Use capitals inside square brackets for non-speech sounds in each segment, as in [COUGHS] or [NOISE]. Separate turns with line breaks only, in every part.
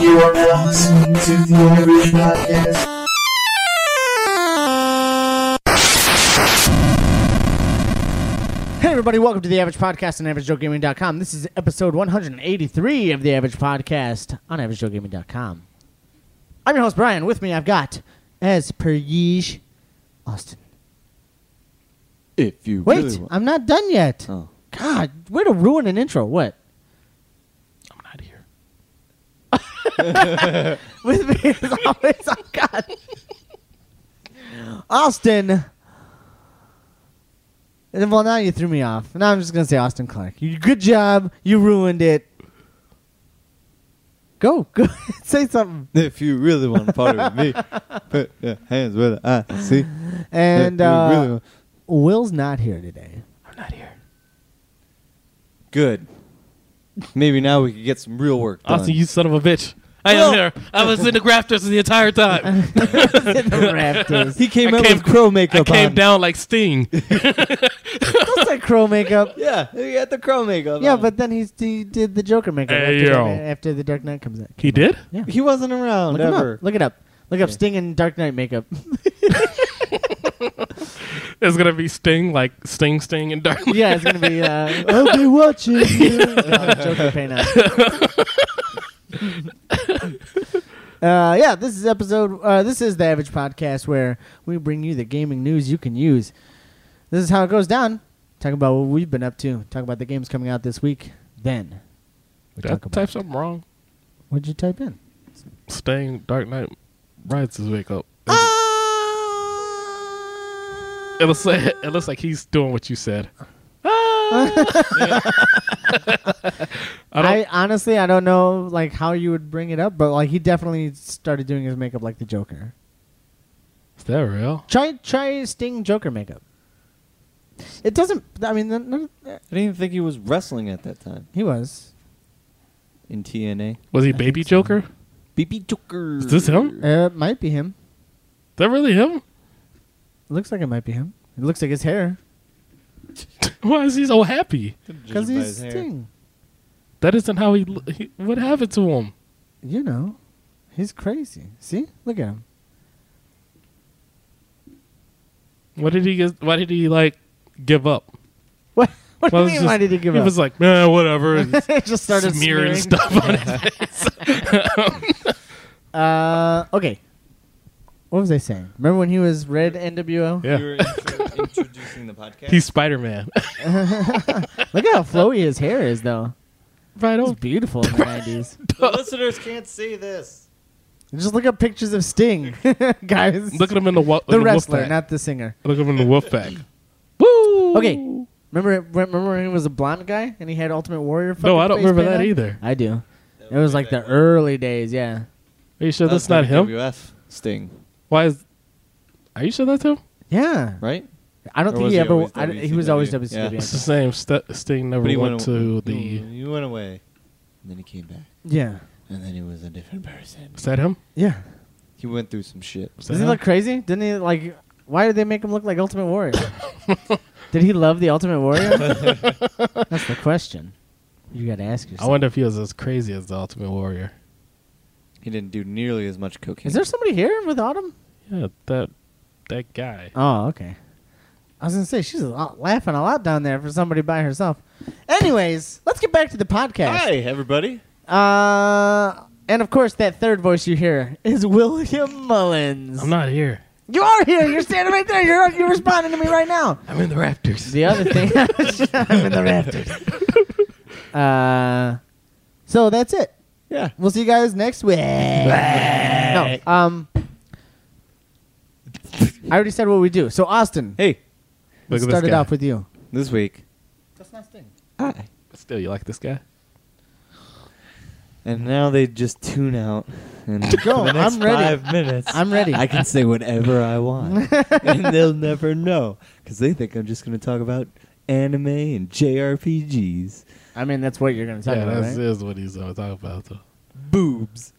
You are now listening to the Univision Podcast.
Hey everybody, welcome to the Average Podcast on AverageJoeGaming.com. This is episode 183 of the Average Podcast on AverageJoeGaming.com. I'm your host Brian. With me, I've got, as per yeesh, Austin.
If you
Wait,
really want.
I'm not done yet.
Oh.
God, way to ruin an intro. What?
I'm not here.
[LAUGHS] With me as always, I've got [LAUGHS] Austin. And, Well, now you threw me off. Now I'm just gonna say Austin Clark. You good job. You ruined it. Go, [LAUGHS] go, say something.
If you really want to party with me,
[LAUGHS]
put your hands where the eye. See?
And
If you
uh,
really want-
Will's not here today. [LAUGHS]
[LAUGHS] I'm not here. Good. Maybe now we could get some real work done.
Austin, you son of a bitch. I
Well-
am here. I was in the grafters the entire time.
In the rafters.
he came
I
up
came-
with [LAUGHS] crow
I
makeup
came
on.
down like Sting.
Looks like crow makeup.
Yeah, he got the crow makeup
Yeah,
on.
but then he's, he did the Joker makeup
Hey,
after,
yo.
that- after the Dark Knight comes out.
He did?
He wasn't around
Look him
ever.
up. Look it up. Look up Sting and Dark Knight makeup. [LAUGHS]
It's gonna be Sting, like Sting, Sting, and Dark.
yeah, it's gonna be. Uh, I'll be [LAUGHS] watching. you. Oh, Joker paint on. [LAUGHS] Uh, yeah, this is episode. Uh, this is the Average Podcast where we bring you the gaming news you can use. This is how it goes down. Talk about what we've been up to. Talk about the games coming out this week. Then we
Did I
talk about.
type something wrong?
What'd you type in?
Sting, Dark Knight Rises wake up. It looks like it looks like he's doing what you said. I don't.
I honestly, I don't know like how you would bring it up, but like he definitely started doing his makeup like the Joker.
is that real?
Try try Sting Joker makeup. It doesn't. I mean, the- none of- uh,
I didn't even think he was wrestling at that time
he was.
in TNA.
Was he Baby Joker? Is
BB Joker.
Is this him?
Uh, it might be him.
that really him?
It looks like it might be him. It looks like his hair
Why is he so happy?
because he's Sting.
That isn't how he, lo- he. What happened to him?
You know, he's crazy. See, look at him. [LAUGHS]
What did he? get- Why did he like give up?
What? What
Well,
do
it's
you mean?
just-
why did he give
he
up? [LAUGHS]
was like, man, whatever. and
It just [LAUGHS] started
smearing,
smearing.
stuff on his
[LAUGHS]
[LAUGHS]
Uh, okay. What was I saying? Remember when he was Red NWO?
Yeah.
You were intro-
[LAUGHS]
introducing the podcast.
He's Spider Man.
Look at how flowy his hair is, though.
[LAUGHS] right
It was beautiful in
[LAUGHS]
the nineties.
the listeners can't see this.
Just look up pictures of Sting, [LAUGHS] guys.
Look at him in the, wo-
[LAUGHS] the
in
wrestler,
Wolf
not the singer.
Look at him in the
[LAUGHS]
wolf pack. Woo!
Okay. Remember, remember when he was a blonde guy and he had Ultimate Warrior?
No, I
fucking
don't
face
remember
paint
that
on?
either.
I do. It was like the early days, yeah.
Are you sure that's, not him?
WF Sting,
Why is? Are you sure that's him?
Yeah,
right?
I don't
Or
think
was
he
he
ever.
always
I, he was always
WCW?
WCW.
Yeah.
It's the same. St- Sting never went to
aw-
the.
he went away, and then he came back,
[LAUGHS] Yeah,
and then he was a different person.
Is that him?
yeah.
He went through some shit.
Is that
Does he
him?
look crazy? Didn't he like? Why did they make him look like Ultimate [LAUGHS] Warrior? did he love the Ultimate [LAUGHS] Warrior? That's the question. You got to ask
I
yourself.
wonder if he was as crazy as the Ultimate Warrior.
He didn't do nearly as much cocaine.
Is there somebody here with Autumn?
Yeah, that that guy.
Oh, okay. I was gonna say she's a lot, laughing a lot down there for somebody by herself. Anyways, let's get back to the podcast.
Hi, everybody.
Uh, and of course, that third voice you hear is William Mullins.
I'm not here.
You are here. You're standing right there. You're you're responding to me right now.
I'm in the Raptors.
The other
[LAUGHS]
thing, I'm in the rafters. Uh, so that's it.
Yeah.
We'll see you guys next week. no, um, I already said what we do. So Austin,
Hey,
Look at this
started
guy.
off with you.
this week.
That's nice thing.
Hi.
Still, you like this guy?
And now they just tune out. And
Go,
for the next
I'm ready.
Five minutes.
I'm
[LAUGHS]
ready.
I can say whatever I want, and they'll never know because they think I'm just going to talk about anime and JRPGs.
I mean, that's what you're gonna talk
yeah,
about,
that's
right?
is what he's uh, talking about. Though.
Boobs.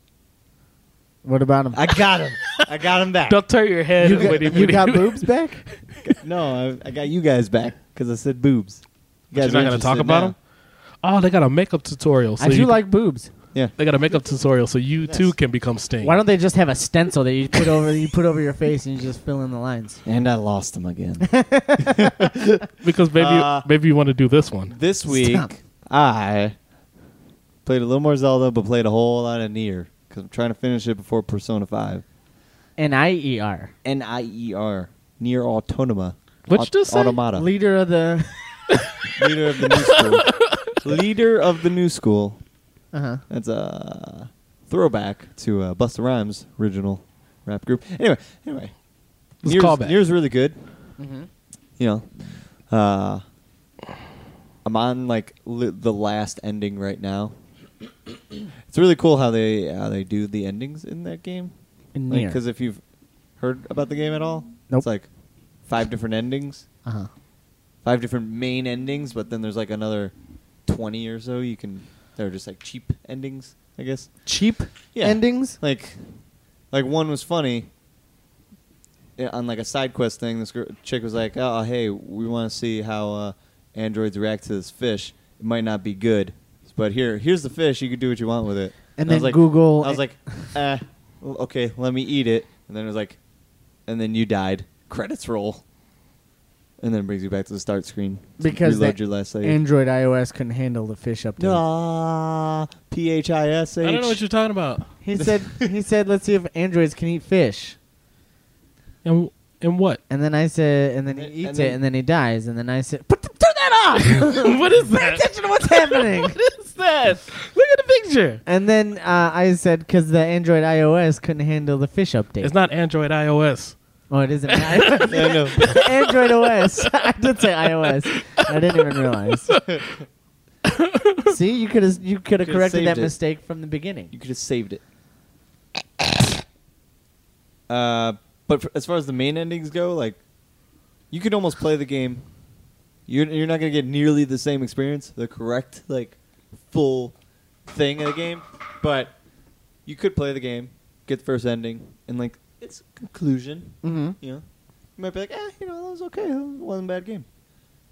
What about him?
I got him. I got him back.
Don't turn your head.
you got,
when
you
[LAUGHS]
got
when
boobs [LAUGHS] back?
[LAUGHS] No, I, I got you guys back because I said boobs. You
You're
guys
not
going
gonna talk about them. Oh, they got a makeup tutorial. So
I do
you,
like boobs.
they got a makeup tutorial, so you too can become Sting.
Why don't they just have a stencil that you put over you put over your face and you just fill in the lines?
[LAUGHS] And I lost them again.
because maybe
Uh,
maybe you want to do this one.
[LAUGHS] this week,
Stop.
I played a little more Zelda, but played a whole lot of Nier because I'm trying to finish it before Persona 5.
N I E R.
N I E R. Nier Autonoma.
What'd you
Au-
just say?
Automata.
Leader of [LAUGHS] the.
Leader of the new school.
[LAUGHS]
Leader of the new school.
Uh huh.
That's a throwback to uh, Busta Rhymes' original rap group. Anyway, anyway,
It's a
Nier's,
callback.
Nier's really good.
hmm
You know, uh, I'm on like li- the last ending right now. It's really cool how they how they do the endings in that game.
In Nier.
Because if you've heard about the game at all,
Nope.
it's like five different endings,
Uh huh.
five different main endings, but then there's like another twenty or so you can. They're just like cheap endings, I guess.
Cheap
Yeah.
endings.
like like one was funny Yeah, on like a side quest thing this girl, chick was like oh hey we want to see how uh, androids react to this fish it might not be good but here here's the fish you can do what you want with it
And
I was
then
like,
Google-
i was like uh, well, okay let me eat it and then it was like and then you died credits roll and then it brings you back to the start screen to
Because
reload
that
your last save
Android iOS couldn't handle the fish update.
Ah, p-h-i-s-h
I don't know what you're talking about.
He said he said let's see if androids can eat fish.
And and what?
And then I said and then
And-
he eats
and then-
it and then he dies and then I said put the, turn that off. [LAUGHS]
[LAUGHS]
what is
Pay
that?
attention to what's happening.
What is that? Look at the picture.
And then uh, I said because the Android iOS couldn't handle the fish update.
It's not Android, iOS.
oh, it isn't. iOS.
[LAUGHS] I know. [LAUGHS]
Android OS. [LAUGHS] I did say iOS. I didn't even
[LAUGHS]
realize. See, you could have you could have
Could've
corrected that
saved it.
mistake from the
You
beginning.
could have saved it. [COUGHS] uh, but for, as far as the main endings go, like you could almost play the game. You're you're not gonna get nearly the same experience, the correct like full thing of the game, but you could play the game, get the first ending, and like its conclusion.
Mm-hmm.
You know, you might be like, eh, you know, that was okay, that wasn't a bad game.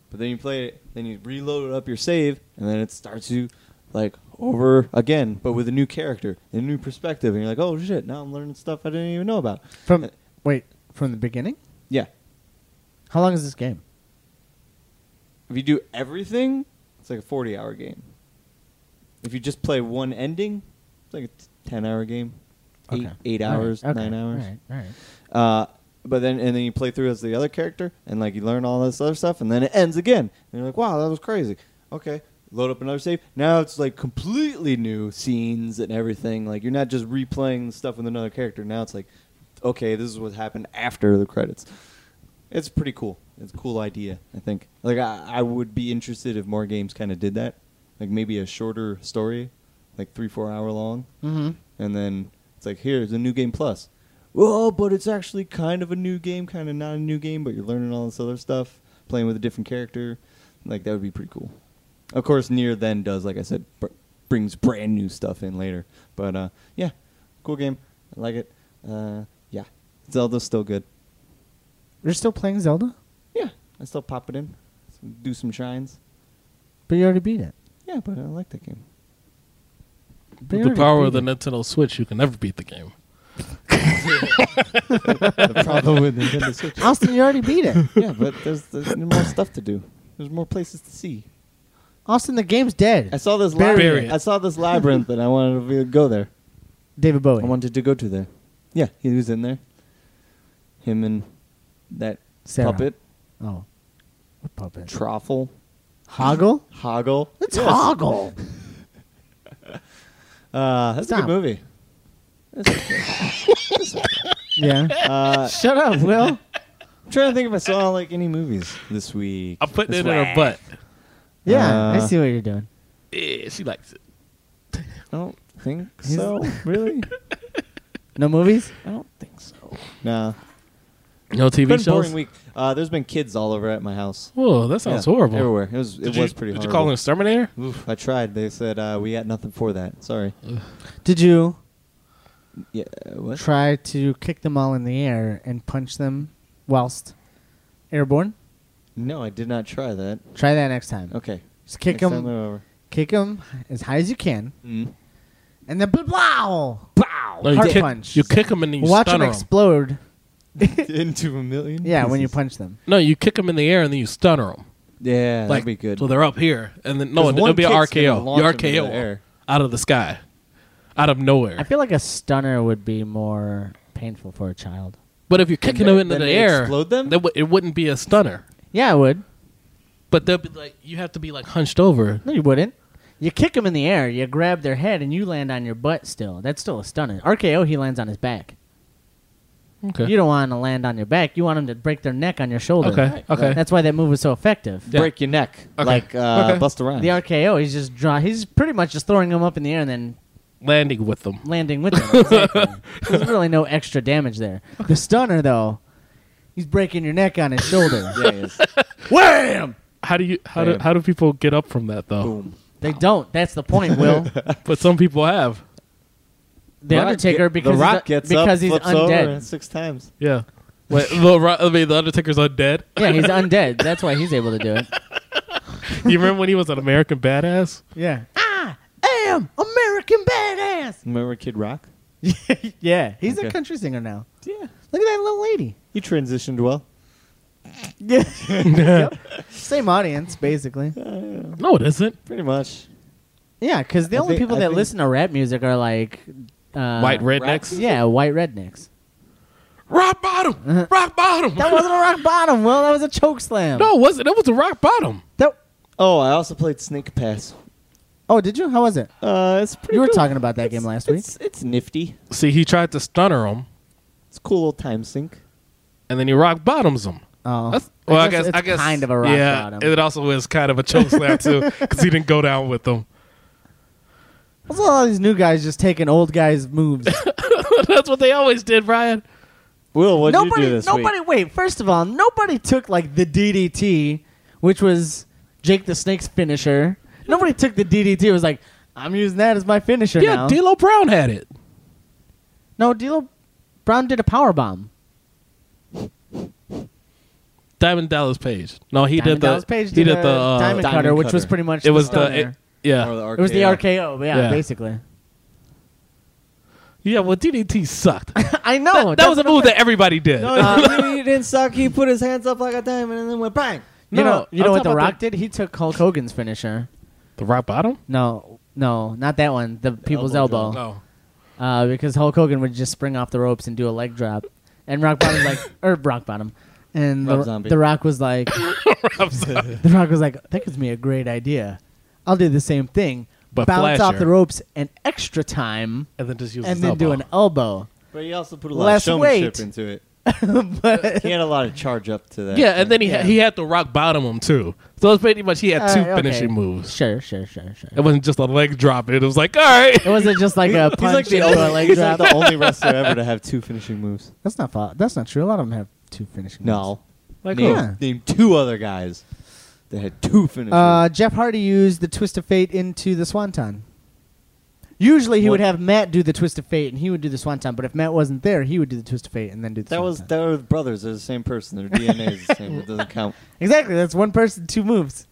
But then you play it, then you reload up your save, and then it starts you like over again, but with a new character, and a new perspective, and you're like, oh shit, now I'm learning stuff I didn't even know about.
From wait, from the beginning.
Yeah,
How long is this game?
if you do everything, it's like a 40 hour game. If you just play one ending, it's like a t- 10 hour game, eight,
Okay.
eight
All right,
hours,
okay,
nine hours.
All right, all right.
Uh, but then and then you play through as the other character and like you learn all this other stuff and then it ends again. And you're like, wow, that was crazy. Okay. Load up another save. Now it's like completely new scenes and everything. Like you're not just replaying stuff with another character. Now it's like, okay, this is what happened after the credits. It's pretty cool. It's a cool idea, I think. Like I, I would be interested if more games kind of did that. Like maybe a shorter story, like three, four hour long
Mm-hmm.
and then it's like here's a new game plus well but it's actually kind of a new game kind of not a new game but you're learning all this other stuff playing with a different character like that would be pretty cool of course near then does like i said br- brings brand new stuff in later but uh yeah cool game i like it uh yeah zelda's still good
You're still playing Zelda,
yeah i still pop it in do some shrines
but you already beat
[LAUGHS]
it.
yeah but i like that game
But you
With the
already
power of
beat
the
it.
Nintendo Switch, you can never beat the game.
the problem with nintendo switch
Austin, you already beat it.
yeah but there's, there's more stuff to do there's more places to see
Austin, the game's dead.
I saw this
Bury
labyrinth.
it.
I saw this labyrinth, and I wanted to go there.
David Bowie.
I wanted to go to there. Yeah, he was in there. Him and that
Sarah.
puppet
Oh, what puppet?
Truffle
Hoggle.
Hoggle.
It's
Yes.
Hoggle.
Uh, that's
Stop.
a good movie. That's okay.
[LAUGHS] yeah.
uh,
Shut up, Will.
I'm trying to think if I saw like any movies this week.
I'm putting
This
it in her
week.
butt.
Yeah, I
Uh,
see what you're doing.
Yeah, she likes it.
I don't think
He's-
so. really? [LAUGHS]
No movies?
I don't think so. Nah.
No TV
Been a
shows.
boring week. Uh, there's been kids all over at my house.
Whoa, that sounds
Yeah,
horrible.
Everywhere. It was. It
Did
was
you,
pretty.
Did
horrible.
you call an exterminator?
Oof, I tried. They said uh, we got nothing for that. Sorry.
Did you
Yeah. Uh, What?
try to kick them all in the air and punch them whilst airborne.
No, I did not try that.
Try that next time.
Okay.
Just kick
Next time
them,
they're over.
kick them as high as you can,
Mm.
and then blah, blah, [LAUGHS] blah,
No, you
heart
kick,
punch.
You kick them and you
Watch them
stun them.
explode.
Into a million.
Yeah, when you
pieces.
punch them.
no, you kick them in the air and then you stunner them.
Yeah,
like
that'd be good.
So they're up here, and then no,
'Cause
it,
one
will be an
kick's gonna
RKO. You
launch 'em into
RKO
the air.
out of the sky, out of nowhere.
I feel like a stunner would be more painful for a child.
but if you're kicking
then-
them into
then
the
they
air,
explode them?
that w- it wouldn't be a stunner.
Yeah, I would.
But they'll be like, you have to be like hunched over.
No, you wouldn't. You kick them in the air, you grab their head, and you land on your butt still. That's still a stunner. RKO, he lands on his back.
Okay.
You don't want to land on your back. You want him to break their neck on your shoulder.
Okay, okay.
That's why that move was so effective.
Yeah.
break your neck
Okay.
like uh,
Okay.
Busta Rhymes.
The RKO, he's just draw. He's pretty much just throwing him up in the air and then
landing with them.
landing with him.
[LAUGHS]
Exactly. There's really no extra damage there. The stunner, though, he's breaking your neck on his shoulder. [LAUGHS]
yeah, yes.
Wham!
How do you how do
Damn.
how do people get up from that though?
Boom.
They don't. That's the point, Will.
But some people have.
The
Rock
Undertaker,
get-
because
the Rock
he's,
gets up,
because he's
flips over
undead.
six times.
Yeah. [LAUGHS] Wait, the Ro- I mean, the Undertaker's undead. [LAUGHS]
Yeah, he's undead. That's why he's able to do it.
you remember when he was an American badass?
[LAUGHS] Yeah. I am American badass.
Remember Kid Rock?
[LAUGHS] yeah, he's a
Okay.
country singer now.
Yeah,
Look at that little lady.
you transitioned well.
Yeah. Same audience, basically.
No, it isn't.
Pretty much.
Yeah, because the
I
only
think-
people
I
that
think-
listen to rap music are like uh,
White rednecks.
Yeah, white rednecks.
Rock bottom. Rock bottom.
Uh-huh. That wasn't a rock bottom. Well, that was a choke slam.
[LAUGHS] no, it wasn't. It was a rock bottom.
That-
Oh, I also played Snake Pass.
oh, did you? How was it?
Uh, it's pretty.
You were
good.
talking about that
It's-
game last week.
It's, it's nifty.
See, he tried to stunner him,
It's a cool little time sink.
and then he rock bottoms him.
Oh,
That's, well, I
guess
guess, I guess,
it's kind of a rock
yeah,
bottom.
It also is kind of a choke slam too,
[LAUGHS]
because he didn't go down with them.
What's with all these new guys just taking old guys' moves?
[LAUGHS] That's what they always did, Brian.
Will, what did you
nobody,
do this
nobody.
week?
Wait, first of all, nobody took like the DDT, which was Jake the Snake's finisher. Nobody took the DDT. It was like I'm using that as my finisher
Yeah,
now.
D'Lo Brown had it.
no, D'Lo Brown did a power bomb.
Diamond Dallas Page. No, he
Diamond
did the
Dallas Page
he did
a
the uh,
diamond,
Diamond
cutter, which was
Cutter.
pretty much
it was the
stunner.
it- yeah
Or the
It was the
RKO.
RKO, yeah,
Yeah.
basically.
yeah. Well,
[LAUGHS]
DDT sucked. that,
I know
that
that's Oh,
was a
what I'm
move that everybody
[LAUGHS]
did.
No, he didn't suck. He put his hands up like a diamond and then went bang.
You
No,
know, you
I'm
know what
talking
The
about
Rock did? He took Hulk Hogan's finisher.
the rock bottom.
No, no, not that one. The, people's elbow,
elbow
No.
uh, because Hulk Hogan would just spring off the ropes and do a leg drop, and Rock Bottom like, or Rock Bottom, and
Rob
the,
Zombie.
the Rock was
[LAUGHS]
like, The Rock was like, that gives me a great idea. I'll do the same thing,
But
bounce off
flasher.
the ropes an extra time,
And then just use
and
his
then do
elbow.
an elbow.
But he also put a lot
Less
of showmanship
weight.
into it.
[LAUGHS] but
He had a lot of charge up to that.
Yeah, and then he
Yeah.
he had to rock bottom him too. So it's pretty much he had two
Uh, okay.
finishing moves.
Sure, sure, sure, sure.
It wasn't just a leg drop. It was like all right.
It wasn't just
[LAUGHS]
like a punch
he's like the
into a
only,
leg
he's like
drop.
the
[LAUGHS]
only wrestler ever to have two finishing moves.
That's not fa- that's not true. A lot of them have two finishing.
No.
Like
name,
Yeah.
name two other guys that had two finishes.
moves. [LAUGHS] Uh, Jeff Hardy used the twist of fate into the swanton. Usually he would
What?
have Matt do the twist of fate and he would do the swanton, but if Matt wasn't there, he would do the twist of fate and then do the
that was
swanton.
that were brothers. They're the same person. Their DNA is the same. It doesn't count.
exactly that's one person, two moves.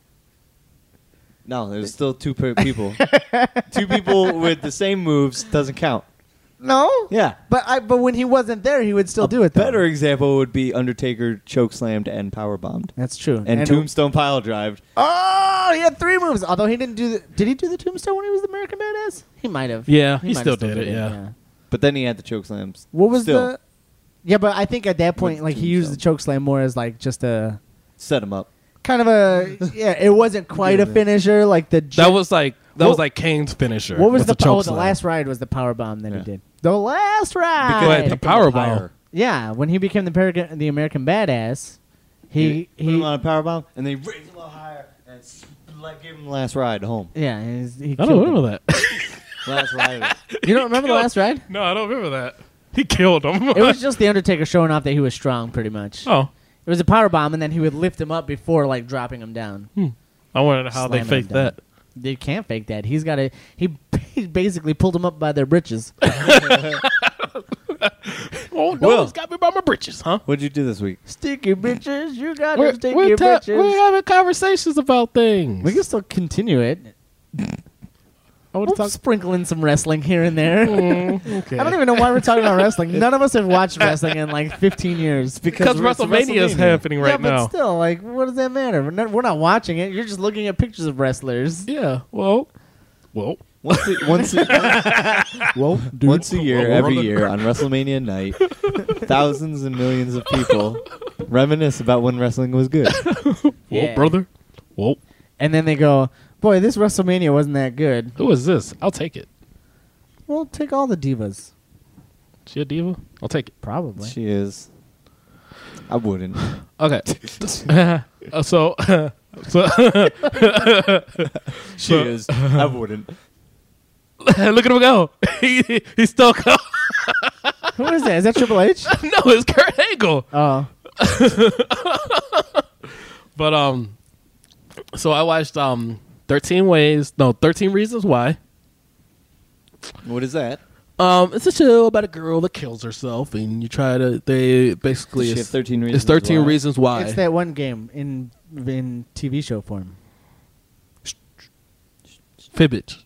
No, there's still two
[LAUGHS]
per- people. two people with the same moves doesn't count.
No,
Yeah.
but I but when he wasn't there, he would still do it. Though.
Better example would be Undertaker choke slammed and power bombed
that's true.
and, Tombstone pile drive.
Oh, he had three moves. Although he didn't do the did he do the tombstone when he was the American Badass? He might have.
Yeah, he
might have
still did it, yeah.
But then he had the choke slams.
What was
still,
the? Yeah, but I think at that point,
With
like he
Tombstone.
used the choke slam more as like just a
set him up?
kind of
[LAUGHS]
a yeah. It wasn't quite a
Yeah.
finisher like the.
That was like that was
What-
like Kane's finisher.
what was
with
the
choke
oh the
slam.
last ride was the power bomb that he
Yeah.
did the last
Because-
ride.
Right. The power bomb.
yeah, when he became the American the American badass, he
put him
he
on a power bomb and they raised him up higher and s- like gave him the last ride home.
yeah he's- he
I
killed
don't remember
him. [LAUGHS]
that.
Last ride.
You don't remember the last
[LAUGHS]
ride?
no, I don't remember that. He killed him.
It was just the Undertaker showing off that he was strong, pretty much.
[LAUGHS] oh,
It was a power bomb, and then he would lift him up before like dropping him down.
Hmm. I wondered how they
Slamming
faked
him down.
that.
[LAUGHS] They can't fake that. He's got a he b- basically pulled him up by their britches.
Oh no,
Will.
it's got me by my britches, huh?
What'd you do this week?
[LAUGHS] Sticky bitches, you got
We're,
them sticky
we're, ta- we're
bitches.
having conversations about things.
We can still continue it.
I want
We'll
to talk. Mm.
sprinkle in some wrestling here and
[LAUGHS]
there.
Okay.
I don't even know why we're talking about wrestling. None of us have
[LAUGHS]
watched wrestling in like 15 years.
because
we're- it's
WrestleMania is
WrestleMania.
happening
yeah,
right
but
now.
still, like, what does that matter? We're not, we're not watching it. You're just looking at pictures of wrestlers.
Yeah. Well. Well.
Once a, once a,
[LAUGHS]
once a year,
Well,
every
well,
year on WrestleMania night, thousands and millions of people reminisce about when wrestling was good.
Well,
Yeah.
brother. Well,
And then they go, boy, this WrestleMania wasn't that good.
who is this? I'll take it.
Well, take all the divas.
She a diva? I'll take it.
Probably.
She is. I wouldn't.
[LAUGHS] Okay. Uh, so, [LAUGHS] so [LAUGHS]
She is. I wouldn't.
look at him go. [LAUGHS] he, he's still going.
Who is that? Is that Triple H?
[LAUGHS] no, it's Kurt Angle.
Oh.
But um, so I watched um, thirteen ways. No, thirteen reasons why.
What is that?
Um, it's a show about a girl that kills herself, and you try to. They basically
Does she
it's
have 13
It's
reasons
thirteen
why?
reasons why.
It's that one game in in TV show form.
Fibbage.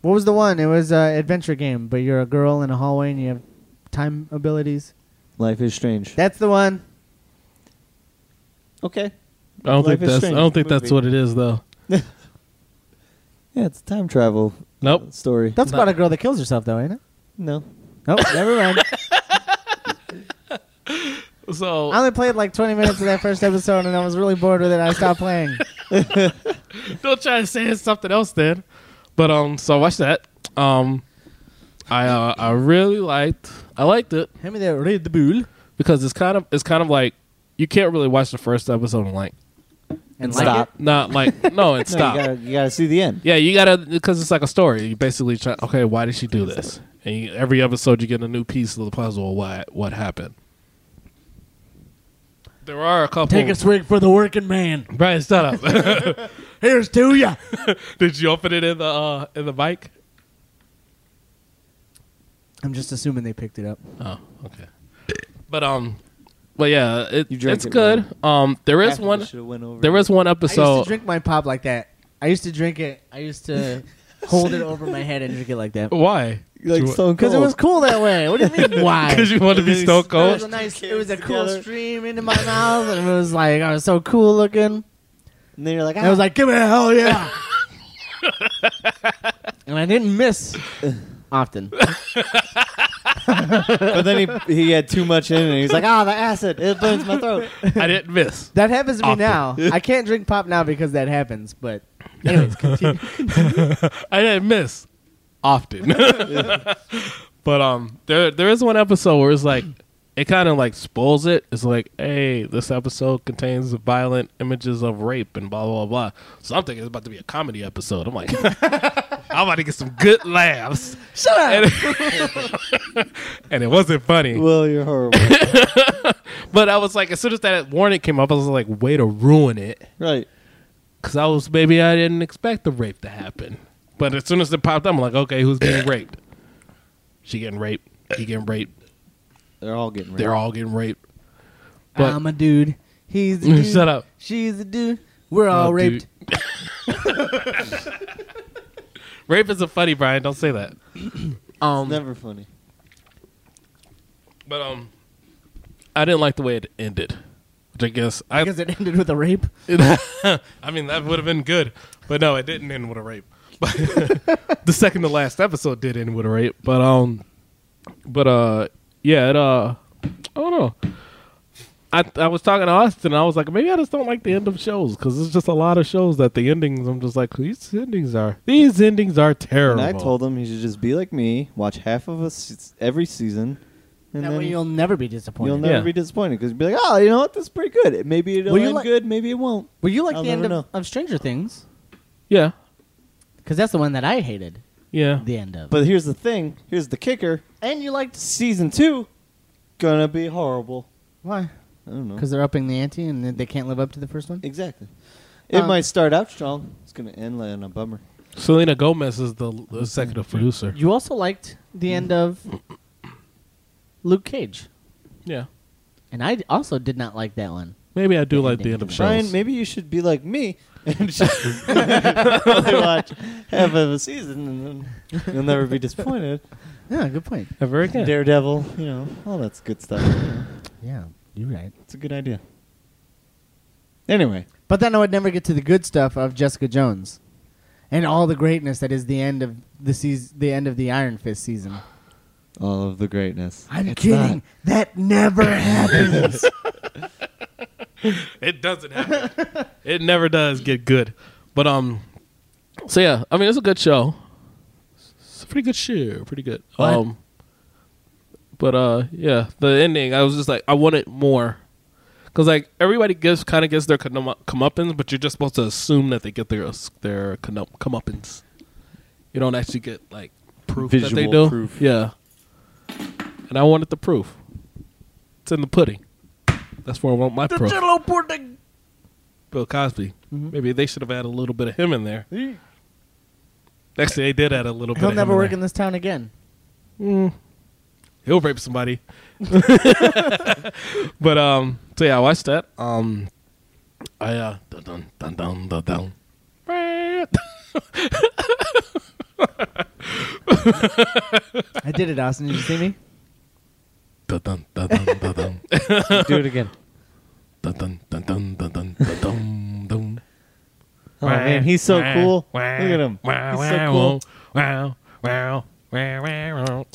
What was the one? It was an adventure game, but you're a girl in a hallway and you have time abilities.
Life is strange.
That's the one.
okay.
I don't
Life
think
is
that's. I
Strange
don't think that's
movie.
what it is though.
Yeah, it's a time travel
Nope.
story.
That's
No.
about a girl that kills herself, though, ain't it?
no.
Nope, [LAUGHS] never mind.
So
I only played like 20 minutes of that first episode, and I was really bored with it. I stopped playing.
Don't try to say it's something else then. But um, so watch that. Um, I uh, I really liked I liked it
Hand me that Red Bull.
because it's kind of it's kind of like you can't really watch the first episode and like
And
like Stop.
not [LAUGHS] like no
No,
and stop.
You, gotta, you gotta see the end.
yeah, you gotta because it's like a story. You basically try. Okay, why did she do this? And you, every episode you get a new piece of the puzzle. Why what happened? There are a couple.
Take a swig for the working man.
Brian, shut up. [LAUGHS]
Here's to ya.
did you open it in the uh, in the mic?
I'm just assuming they picked it up.
Oh, okay. But um, but yeah, it,
You drink
it's
it,
good. Um, there is
Half of
one.
it should've went over
There
you.
is one
I used
episode.
to drink my pop like that. I used to drink it. I used [LAUGHS] to hold it over my head and drink it like that.
Why?
Like
[LAUGHS]
Stone
Because Oh, it was cool that way. What do you [LAUGHS] mean, why?
Because you want to be
Because
stone
it's-
It was a nice. It was
cold.
a cool
Together.
stream into my mouth, and it was like I was so cool looking.
And then you're like, "Ah."
And I was like, "Give me a hell yeah!" [LAUGHS] and I didn't miss often.
but then he he had too much in it. And he's like, [LAUGHS] ah, the acid, it burns my throat.
I didn't miss.
That happens to me
Often.
now. I can't drink pop now because that happens. But
[LAUGHS]
anyways, continue.
I didn't miss [LAUGHS] often. but um, there there is one episode where it's like it kind of like spoils it. It's like, hey, this episode contains violent images of rape and blah blah blah. So I'm thinking it's about to be a comedy episode. I'm like, [LAUGHS] I'm about to get some good laughs. Shut up. And, and it [LAUGHS] wasn't funny.
Well, you're
[LAUGHS]
horrible.
But I was like, as soon as that warning came up, I was like, way to ruin it.
right.
Because I was, maybe I didn't expect the rape to happen. But as soon as it popped up, I'm like, okay, who's [COUGHS] getting raped? She getting raped. He getting raped.
They're all getting
They're all getting [COUGHS] raped. But-
I'm a dude. He's
[LAUGHS]
a dude.
Shut up.
She's a dude. We're all
Oh,
raped.
dude. rape isn't funny, Brian. Don't say that. [COUGHS] um,
never funny.
but um, I didn't like the way it ended. Which I guess I
Because it ended with a rape.
[LAUGHS] I mean, that would have been good, but no, it didn't end with a rape. [LAUGHS] the second to last episode did end with a rape, but um, but uh, yeah, it uh, I don't know. I I was talking to Austin, and I was like, maybe I just don't like the end of shows because it's just a lot of shows that the endings. I'm just like, these endings are these endings are
And
terrible.
I told him he should just be like me, watch half of us s- every season, and
That
then
way
you'll,
you'll never be disappointed.
never
Yeah.
be disappointed because you'll be like, oh, you know what, this is pretty good. It- Maybe it'll
Well, you
end
like-
good, maybe it won't.
Were you like
I'll
the end
never
of,
know.
of Stranger Things?
yeah,
Because that's the one that I hated.
yeah.
The end of.
But here's the thing. Here's the kicker.
and you liked
Season two, gonna be horrible.
why?
I don't know.
Because they're upping the ante and then they can't live up to the first one.
Exactly. It
Um,
might start out strong. It's gonna end like on a bummer.
Selena Gomez is the executive producer.
Mm. You also liked the end of Luke Cage,
Yeah.
and I d- also did not like that one.
Maybe I do
Yeah,
like
they
the
do
end of
that.
shows.
Brian, maybe you should be like me and just [LAUGHS] only watch half of a season, and then you'll never be disappointed.
[LAUGHS]
Yeah, good point.
Ever again.
Daredevil, you know, all that's good stuff. you know.
Yeah, you're right.
It's a good idea. Anyway,
But then I would never get to the good stuff of Jessica Jones, and all the greatness that is the end of the season, the end of the Iron Fist season.
all of the greatness.
I'm
It's
kidding.
not.
That [LAUGHS] never happens.
[LAUGHS] It doesn't happen. it never does get good. But um, so yeah, I mean it's a good show. It's a pretty good show. Pretty good.
What?
Um, but uh, yeah, the ending. I was just like, I wanted more, because like everybody gets kind of gets their come- comeuppance, but you're just supposed to assume that they get their their come- comeuppance. You don't actually get like proof that they
Visual
do.
proof.
Yeah. And I wanted the proof. It's in the pudding. That's where I want my proof. Bill Cosby. Maybe they should have added a little bit of him in there. Actually, they did add a little bit.
He'll
of
never
him
work
in
in this town again.
there. He'll rape somebody. [LAUGHS] but um, so yeah, I watched that. Um, I uh, dun dun dun dun dun dun.
I did it, Austin. Did you see me?
Dun, dun, dun, dun, dun, dun.
[LAUGHS] Do it again.
Dun, dun, dun, dun, dun, dun, dun, dun, dun.
Oh man, he's so cool. Look at him.
Wow,
He's so
wow,
cool.
wow, wow, wow, wow, wow.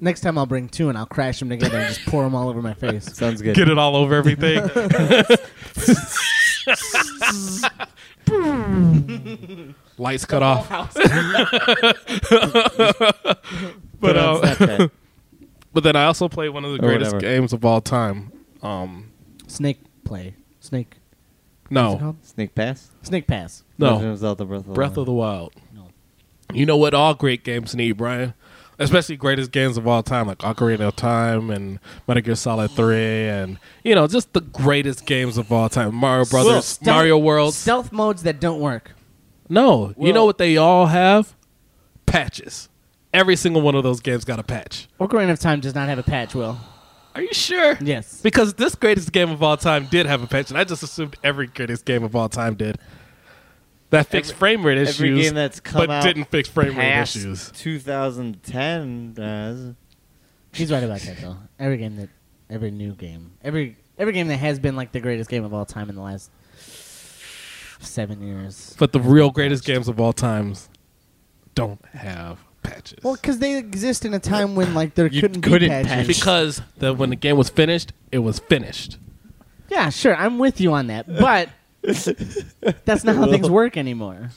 Next time I'll bring two and I'll crash them together and just pour them all over my face.
Sounds good.
[LAUGHS] Get it all over everything. Lights cut off. [LAUGHS]
on
but uh, [LAUGHS] Oh,
Snapchat.
but then I also played one of the
Or
greatest
whatever.
games of all time. Um,
[LAUGHS] Snake play. Snake.
Oh.
What's it
no,
called?
Snake pass.
Snake pass.
Legend
no,
of Zelda Breath of the
Breath
Wild.
of the Wild.
No.
You know what all great games need, Brian? Especially greatest games of all time, like Ocarina of Time and Metal Gear Solid Three, and you know just the greatest games of all time. Mario Brothers,
Stealth-
Mario World,
Stealth modes that don't work.
No, you know
Well-
what they all have? Patches. Every single one of those games got a patch.
Ocarina of Time does not have a patch, Will.
Are you sure?
Yes.
Because this greatest game of all time did have a patch, and I just assumed every greatest game of all time did. That fixed frame rate issues,
every game that's come
but
out
didn't fix frame rate
past
issues.
2010. Uh, [LAUGHS]
He's right about that, though. Every game that, every new game, every every game that has been like the greatest game of all time in the last seven years.
But the real greatest games of all times don't have patches.
Well, because they exist in a time when like there
You
couldn't,
couldn't
be patches.
patch.
because the, when the game was finished, it was finished.
Yeah, sure, I'm with you on that, but that's not how things work anymore.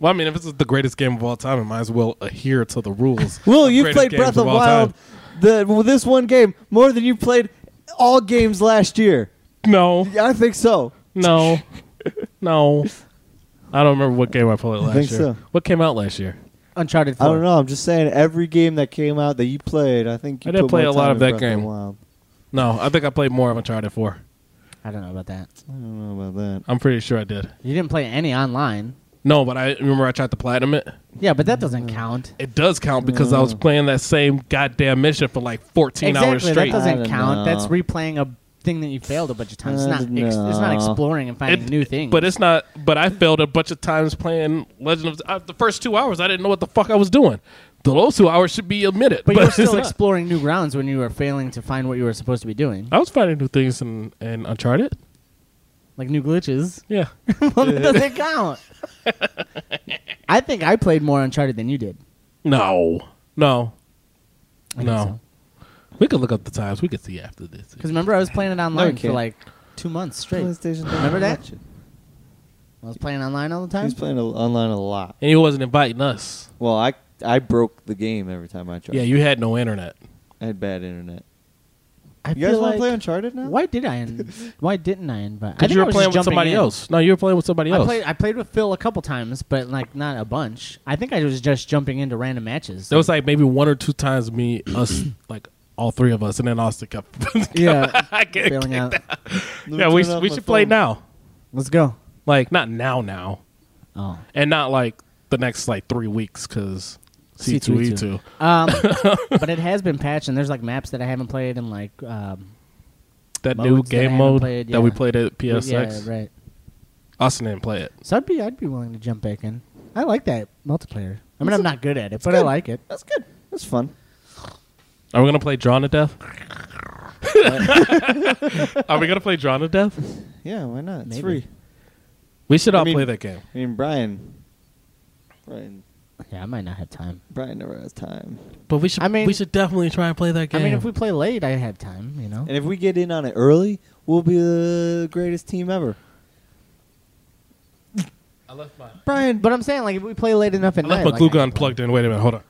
Well, I mean, if it's the greatest game of all time, it might as well adhere to the rules.
Will,
of
you
greatest
played
games
Breath of the
all time.
Wild, the, well, this one game, more than you played all games last year.
No.
Yeah, I think so.
No, no. I don't remember what game I played last
think
year.
so.
What came out last year?
Uncharted. 4.
I don't know. I'm just saying, every game that came out that you played, I think you
I did
put
play
more
a lot
time
of
in
that
Breath the
game.
Wild.
No, I think I played more of Uncharted 4.
I don't know about that.
I don't know about that.
I'm pretty sure I did.
You didn't play any online.
No, but I remember I tried to platinum it.
Yeah, but that doesn't
Mm.
count.
It does count because I was playing that same goddamn mission for like 14 hours
Exactly, that
straight.
I
doesn't
don't
count.
know.
That's replaying a thing that you failed a bunch of times. It's
I
not.
don't
Ex- it's not
know.
exploring and finding
It-
new things.
But it's not. But I failed a bunch of times playing Legend of uh, the first two hours. I didn't know what the fuck I was doing. Those two hours should be a minute.
But you were
[LAUGHS] it's
still
not.
exploring new grounds when you were failing to find what you were supposed to be doing,
I was finding new things in, in Uncharted.
like new glitches. [LAUGHS]
Yeah,
well, that doesn't
[LAUGHS]
count. I think I played more Uncharted than you did.
No. No.
think
no. We could look up the times. We could see after this.
Because remember, I was playing it online for
can't.
like two months
Oh,
straight.
PlayStation don't
Remember that?
watch it.
I was playing online all the time.
He's playing a- online a lot.
And he wasn't inviting us.
Well, I I broke the game every time I tried.
Yeah, you had no internet.
I had bad internet.
I
You
feel
guys want to
like-
play Uncharted now?
Why did I? In- why didn't I invite? I
Because
think
you
I
were
was
playing
just
with
jumping
somebody
in.
else. No, you were playing with somebody
I
else.
played, I played with Phil a couple times, but like not a bunch. I think I was just jumping into random matches.
there was like maybe one or two times me, us, [CLEARS THROAT] like all three of us, and then Austin kept. [LAUGHS]
yeah,
I can't
failing out.
Let me
yeah, we,
turn off
we
my
should play
phone.
now.
Let's go.
Like, not now, now.
Oh,
And not like the next like three weeks because C two E two.
Um, but it has been patched, and there's like maps that I haven't played, and like um,
That
Modes
new
that I
game
haven't
mode
played,
that we
yeah.
played at
yeah,
PSX.
right.
Austin didn't play it.
So I'd be I'd be willing to jump back in. I like that multiplayer. I mean, I'm not good at it, but I
good.
like it.
That's good. That's fun.
Are we gonna play Drawn to Death? [LAUGHS] Are we gonna play Drawn to Death?
Yeah, why not? It's
Maybe.
free.
We should
I
all
mean-
play that game.
I mean, Brian. Brian.
Yeah, I might not have time.
Brian never has time.
But we should.
I mean-
we should definitely try and play that game.
I mean, if we play late, I have time. You know.
And if we get in on it early, we'll be the greatest team ever.
I left my.
Brian, but I'm saying like if we play late enough at
I
night.
left my
like,
glue
I can
gun
play.
plugged in. Wait a minute. Hold [LAUGHS] on.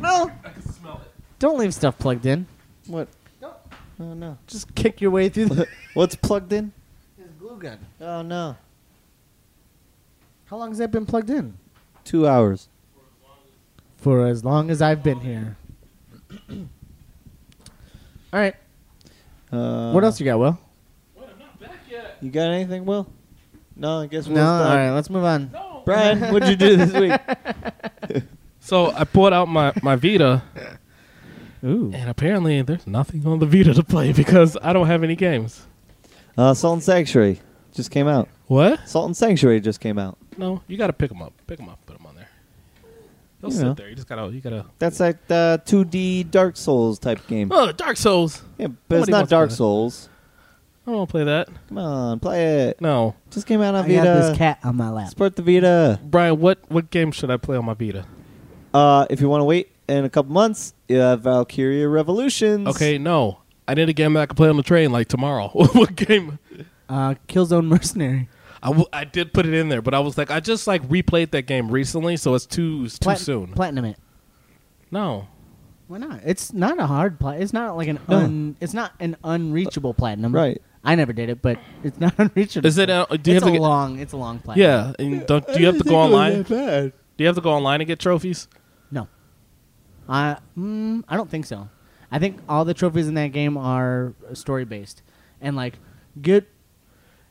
No.
I can smell it.
Don't leave stuff plugged in.
What? Oh no. [LAUGHS]
Just kick your way through the
What's plugged in?
glue gun.
Oh no.
How long has that been plugged in?
Two hours.
For as long as I've been here. [CLEARS THROAT] All right.
Uh,
what else you got, Will?
Wait, I'm not back yet.
You got anything, Will? No, I guess we're
No. All
done.
right. Let's move on.
No.
Brian, what'd you do this week?
So I pulled out my my Vita,
Ooh.
and apparently there's nothing on the Vita to play because I don't have any games.
[LAUGHS] Uh, Salt and Sanctuary just came out.
What?
Salt and Sanctuary just came out.
No, you gotta pick them up. Pick them up. Put them on there. They'll
You
sit
know.
there. You just gotta. You gotta.
That's like the 2D Dark Souls type game.
Oh, Dark Souls.
Yeah, but it's
nobody
not
wants to play
Dark
that.
Souls.
I don't want to play that.
Come on, play it.
No,
Just came out on
I
Vita.
got this cat on my lap.
Support the Vita.
Brian. What what game should I play on my Vita?
Uh, if you want to wait in a couple months, you have Valkyria Revolutions.
Okay, no. I need a game that I can play on the train like tomorrow. [LAUGHS] what game?
Uh, Killzone Mercenary.
I, w- I did put it in there, but I was like, I just like replayed that game recently, so it's too it's too
Plat-
soon.
Platinum it.
no,
Why not? It's not a hard plat. It's not like an
No.
un. It's not an unreachable platinum.
right.
I never did it, but it's not [LAUGHS] unreachable.
is it? Uh, do you
it's
have to?
a
Get,
long. It's a long platinum.
yeah, and don't, do you have to go online? Do you have to go online and get trophies?
No. I mm, I don't think so. I think all the trophies in that game are story based, and like get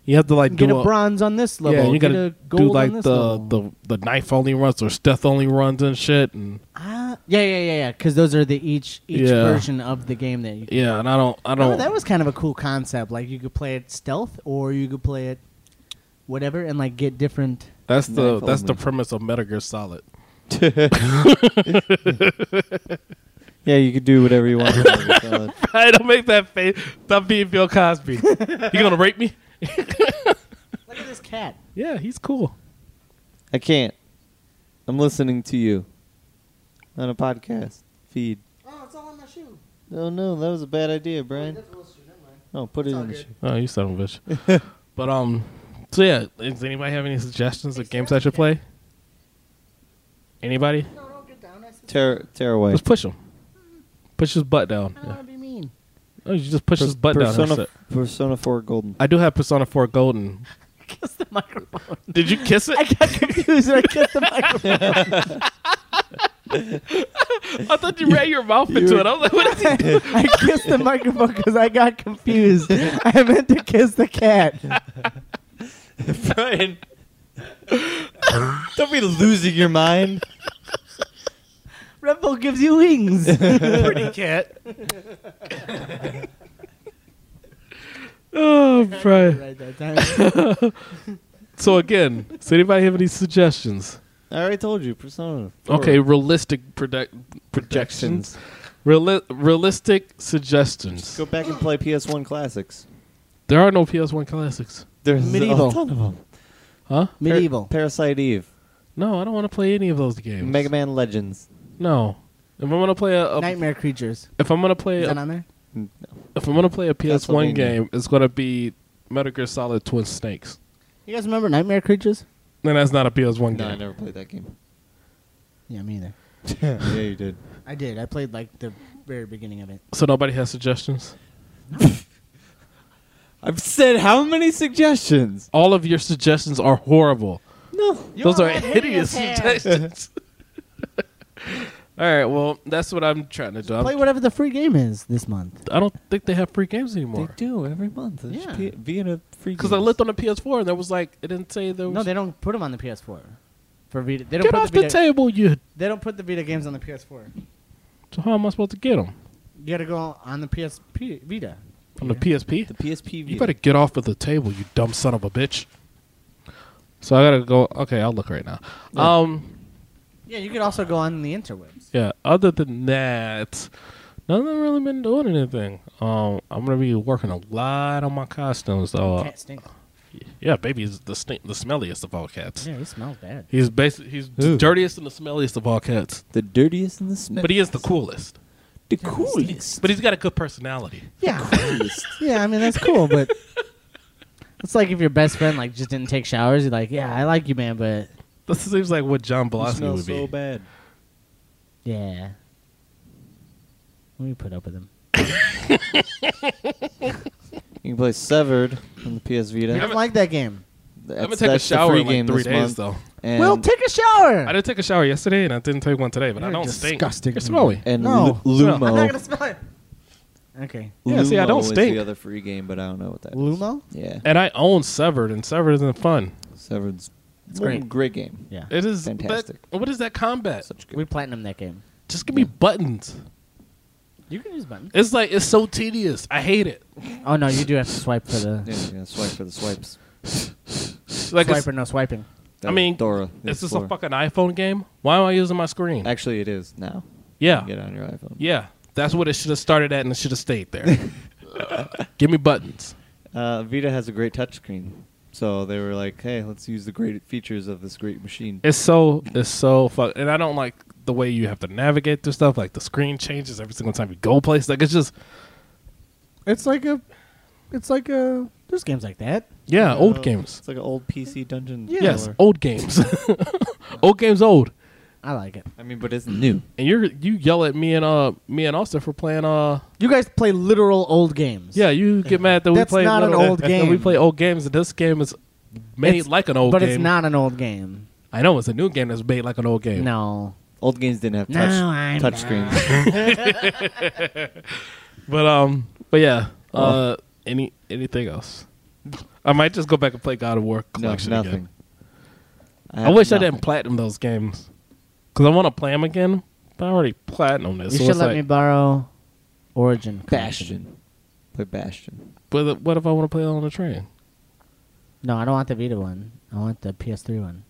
You have to like
get
do
a bronze on this level.
Yeah, you
get
gotta
a gold
do like
on this
the,
level.
the the knife only runs or stealth only runs and shit, and
Ah, yeah yeah yeah yeah because those are the each each
Yeah.
version of the game that you.
yeah, and I don't I
Oh,
don't.
that was kind of a cool concept. Like you could play it stealth, or you could play it whatever, and like get different.
that's the
Knife
that's the
only.
premise of Metal
[LAUGHS]
Gear Solid. [LAUGHS]
Yeah, you could do whatever you want. [LAUGHS] Solid.
I don't make that face. Stop being Bill Cosby. you gonna rape me? [LAUGHS]
Look at this cat.
Yeah, he's cool.
I can't. I'm listening to you on a podcast feed.
Oh, it's all on my shoe.
No, Oh, no, that was a bad idea, Brian. No, put it in the shoe.
Oh, you son of a bitch. [LAUGHS] but um, so yeah, does anybody have any suggestions of games I should play? Anybody?
Tear, tear away.
Just push him. Push his butt down.
I don't
Yeah.
want to be mean.
Oh, you just push his butt down.
Persona,
That's it.
Persona 4 [LAUGHS] Golden.
I do have Persona 4 Golden.
[LAUGHS] Kiss the microphone.
Did you kiss it?
[LAUGHS] I got confused and I kissed the microphone.
[LAUGHS] I thought you ran your mouth into it. I was like, what [LAUGHS] is he doing?
I kissed the microphone because I got confused. I meant to kiss the cat.
Brian, [LAUGHS] don't be losing your mind.
Red Bull gives you wings.
[LAUGHS]
[LAUGHS]
Pretty cat. oh, Brian.
right that time.
So again, does anybody have any suggestions?
I already told you, Persona. 4.
Okay, realistic project- projections. Reali- realistic
Just
suggestions.
Go back and play PS1 classics.
There are no PS1 classics.
There's
Medieval.
a ton of them.
Huh?
Medieval.
Parasite Eve,
No, I don't want to play any of those games.
Mega Man Legends.
No. If I'm gonna play a,
[LAUGHS]
a-
Nightmare creatures.
if I'm gonna play
Is that
a,
on there?
if I'm gonna play a PS1
Castlevania.
game, it's gonna be Metal Gear Solid Twin Snakes.
You guys remember Nightmare creatures?
And that's not a PS1
No, I
game.
never played that game.
Yeah, me either.
[LAUGHS] yeah, you did.
I did. I played like the very beginning of it.
So nobody has suggestions.
I've said how many suggestions?
All of your suggestions are horrible.
No.
Those are hideous suggestions. [LAUGHS] All right, well, that's what I'm trying to do. I'm-
Play whatever the free game is this month.
I don't think they have free games
They
anymore.
do every month. It's
Yeah.
P- being a free
Because I looked on the PS4 and there was like it didn't say there was.
No, they don't put them on the PS4. for Vita. They don't
Get
put
off
the
the
Vita.
table, you.
they don't put the Vita games on the PS4.
So how am I supposed to get them
You got to go on the PSP Vita.
from the PSP?
The PSP.
You better get off of the table, you dumb son of a bitch. So I gotta go. Okay, I'll look right now. Um,
Yeah, you could also go on the interwebs.
yeah. Other than that, none of them really been doing anything. Um, I'm gonna be working a lot on my costumes though. Uh,
Cat stinks.
Yeah, baby's the stink, the smelliest of all cats.
Yeah, he smells bad.
He's basically he's the
Ooh.
dirtiest and the smelliest of all cats,
The dirtiest and the smelliest.
but he is the coolest.
the coolest.
But he's got a good personality. [LAUGHS]
[LAUGHS] Yeah,
[LAUGHS]
yeah. I mean that's cool, but [LAUGHS] it's like if your best friend like just didn't take showers. You're like, yeah, I like you, man, but
This seems like what John
You
Belushi
smell
would
so
be.
bad.
yeah, let me put up with him.
You can play Severed on the PS Vita.
I
Yeah,
don't
but-
like that game.
That's,
I'm gonna take a
that's the
shower
free
in like
game
three
this
days
month.
though.
And,
Well, take a shower.
I did take a shower yesterday and I didn't take one today, but I
You're
don't
disgusting.
stink. You're smelly.
and
No.
Lu-
No.
Lumo.
I'm not gonna smell it. Okay,
Yeah, see, I
Lumo
don't
is
stink.
the other free game, but I don't know what that is.
Lumo.
Yeah,
And I own Severed, and Severed isn't fun.
Severed's
It's
one
great.
great game.
Yeah,
It is that-
Fantastic.
what is that combat?
Such good.
we platinum that game.
Just give me buttons.
You can use buttons.
It's like it's so tedious. I hate it.
Oh no, you do have to swipe for the
yeah, you can swipe for the swipes.
Like
swipe
it's,
or no swiping.
That
I mean,
Dora. the
it's just
Explorer.
a fucking iPhone game. Why am I using my screen?
Actually, it is now. You
yeah,
can get it on your iPhone.
yeah. That's what it should have started at, and it should have stayed there. give me buttons.
Uh, Vita has a great touchscreen, so they were like, "Hey, let's use the great features of this great machine."
It's so it's so fuck, and I don't like the way you have to navigate through stuff. Like the screen changes every single time you go place. Like it's just
It's like a, it's like a. There's games like that.
yeah,
Uh,
old games.
It's like an old PC dungeon.
Yeah.
Yes,
crawler.
old games. [LAUGHS] old games, old.
I like it.
I mean, but it's new.
And you are you yell at me and uh me and Austin for playing uh
You guys play literal old games.
yeah you get mad that
That's
we play
not an
little-
old
[LAUGHS] that we
game.
play old games and this game is made
It's-
like an old
but
game.
it's not an old game.
I know it's a new game that's made like an old game.
No.
Old games didn't have
No, I'm
touch touch
not.
screens.
But um but yeah
Oh.
uh any anything else? I might just go back and play God of War
no,
collection again.
nothing.
I
have
wish I
nothing.
didn't platinum those games because I want to play them again. But I already platinum this.
You
so
should
it's
let
like,
me borrow Origin.
Bastion. Play Bastion.
But what if I want to play it on the train?
No, I don't want the Vita one. I want the PS3 one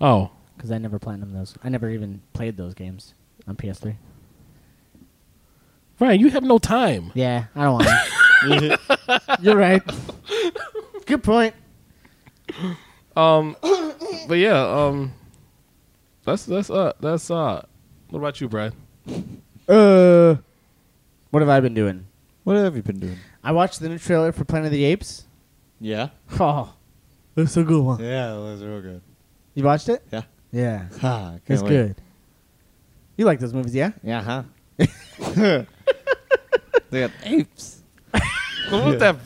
Oh,
because I never platinum those. I never even played those games on PS3.
Ryan, you have no time.
Yeah, I don't want.
[LAUGHS]
them. You're right. Good point.
Um, but yeah, um, that's that's uh that's uh. What about you, Brad?
Uh, what have I been doing?
What have you been doing?
I watched the new trailer for Planet of the Apes.
Yeah.
[LAUGHS] Oh, that's a good one.
Yeah, that was real good.
You watched it?
Yeah.
Yeah,
Ha, can't
it's
wait.
good. You like those movies, yeah?
Yeah, [LAUGHS] huh? they got apes.
What was that?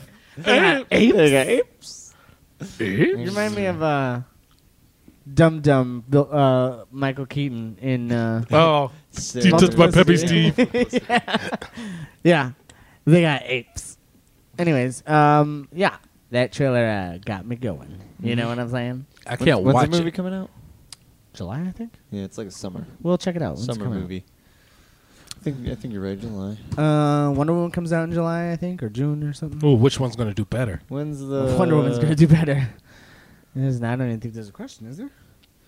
Apes.
They got apes.
You remind me of uh, Dum Dum, Bill- uh, Michael Keaton in. Uh,
Oh,
Sarah
touched my
Jessica
peppy,
Parker.
Steve.
[LAUGHS] yeah, they got apes. Anyways, um, yeah, that trailer uh, got me going. You know what I'm saying?
I
When's,
can't
when's
watch
the movie
it.
coming out?
July, I think.
Yeah, it's like a summer
We'll check it out. When's it
summer
coming out?
movie. I think I think you're right, July.
Uh, Wonder Woman comes out in July, I think, or June or something.
Ooh, which one's gonna do better?
When's the
[LAUGHS] Wonder Woman's gonna do better. There's, I don't even think there's a question, is there?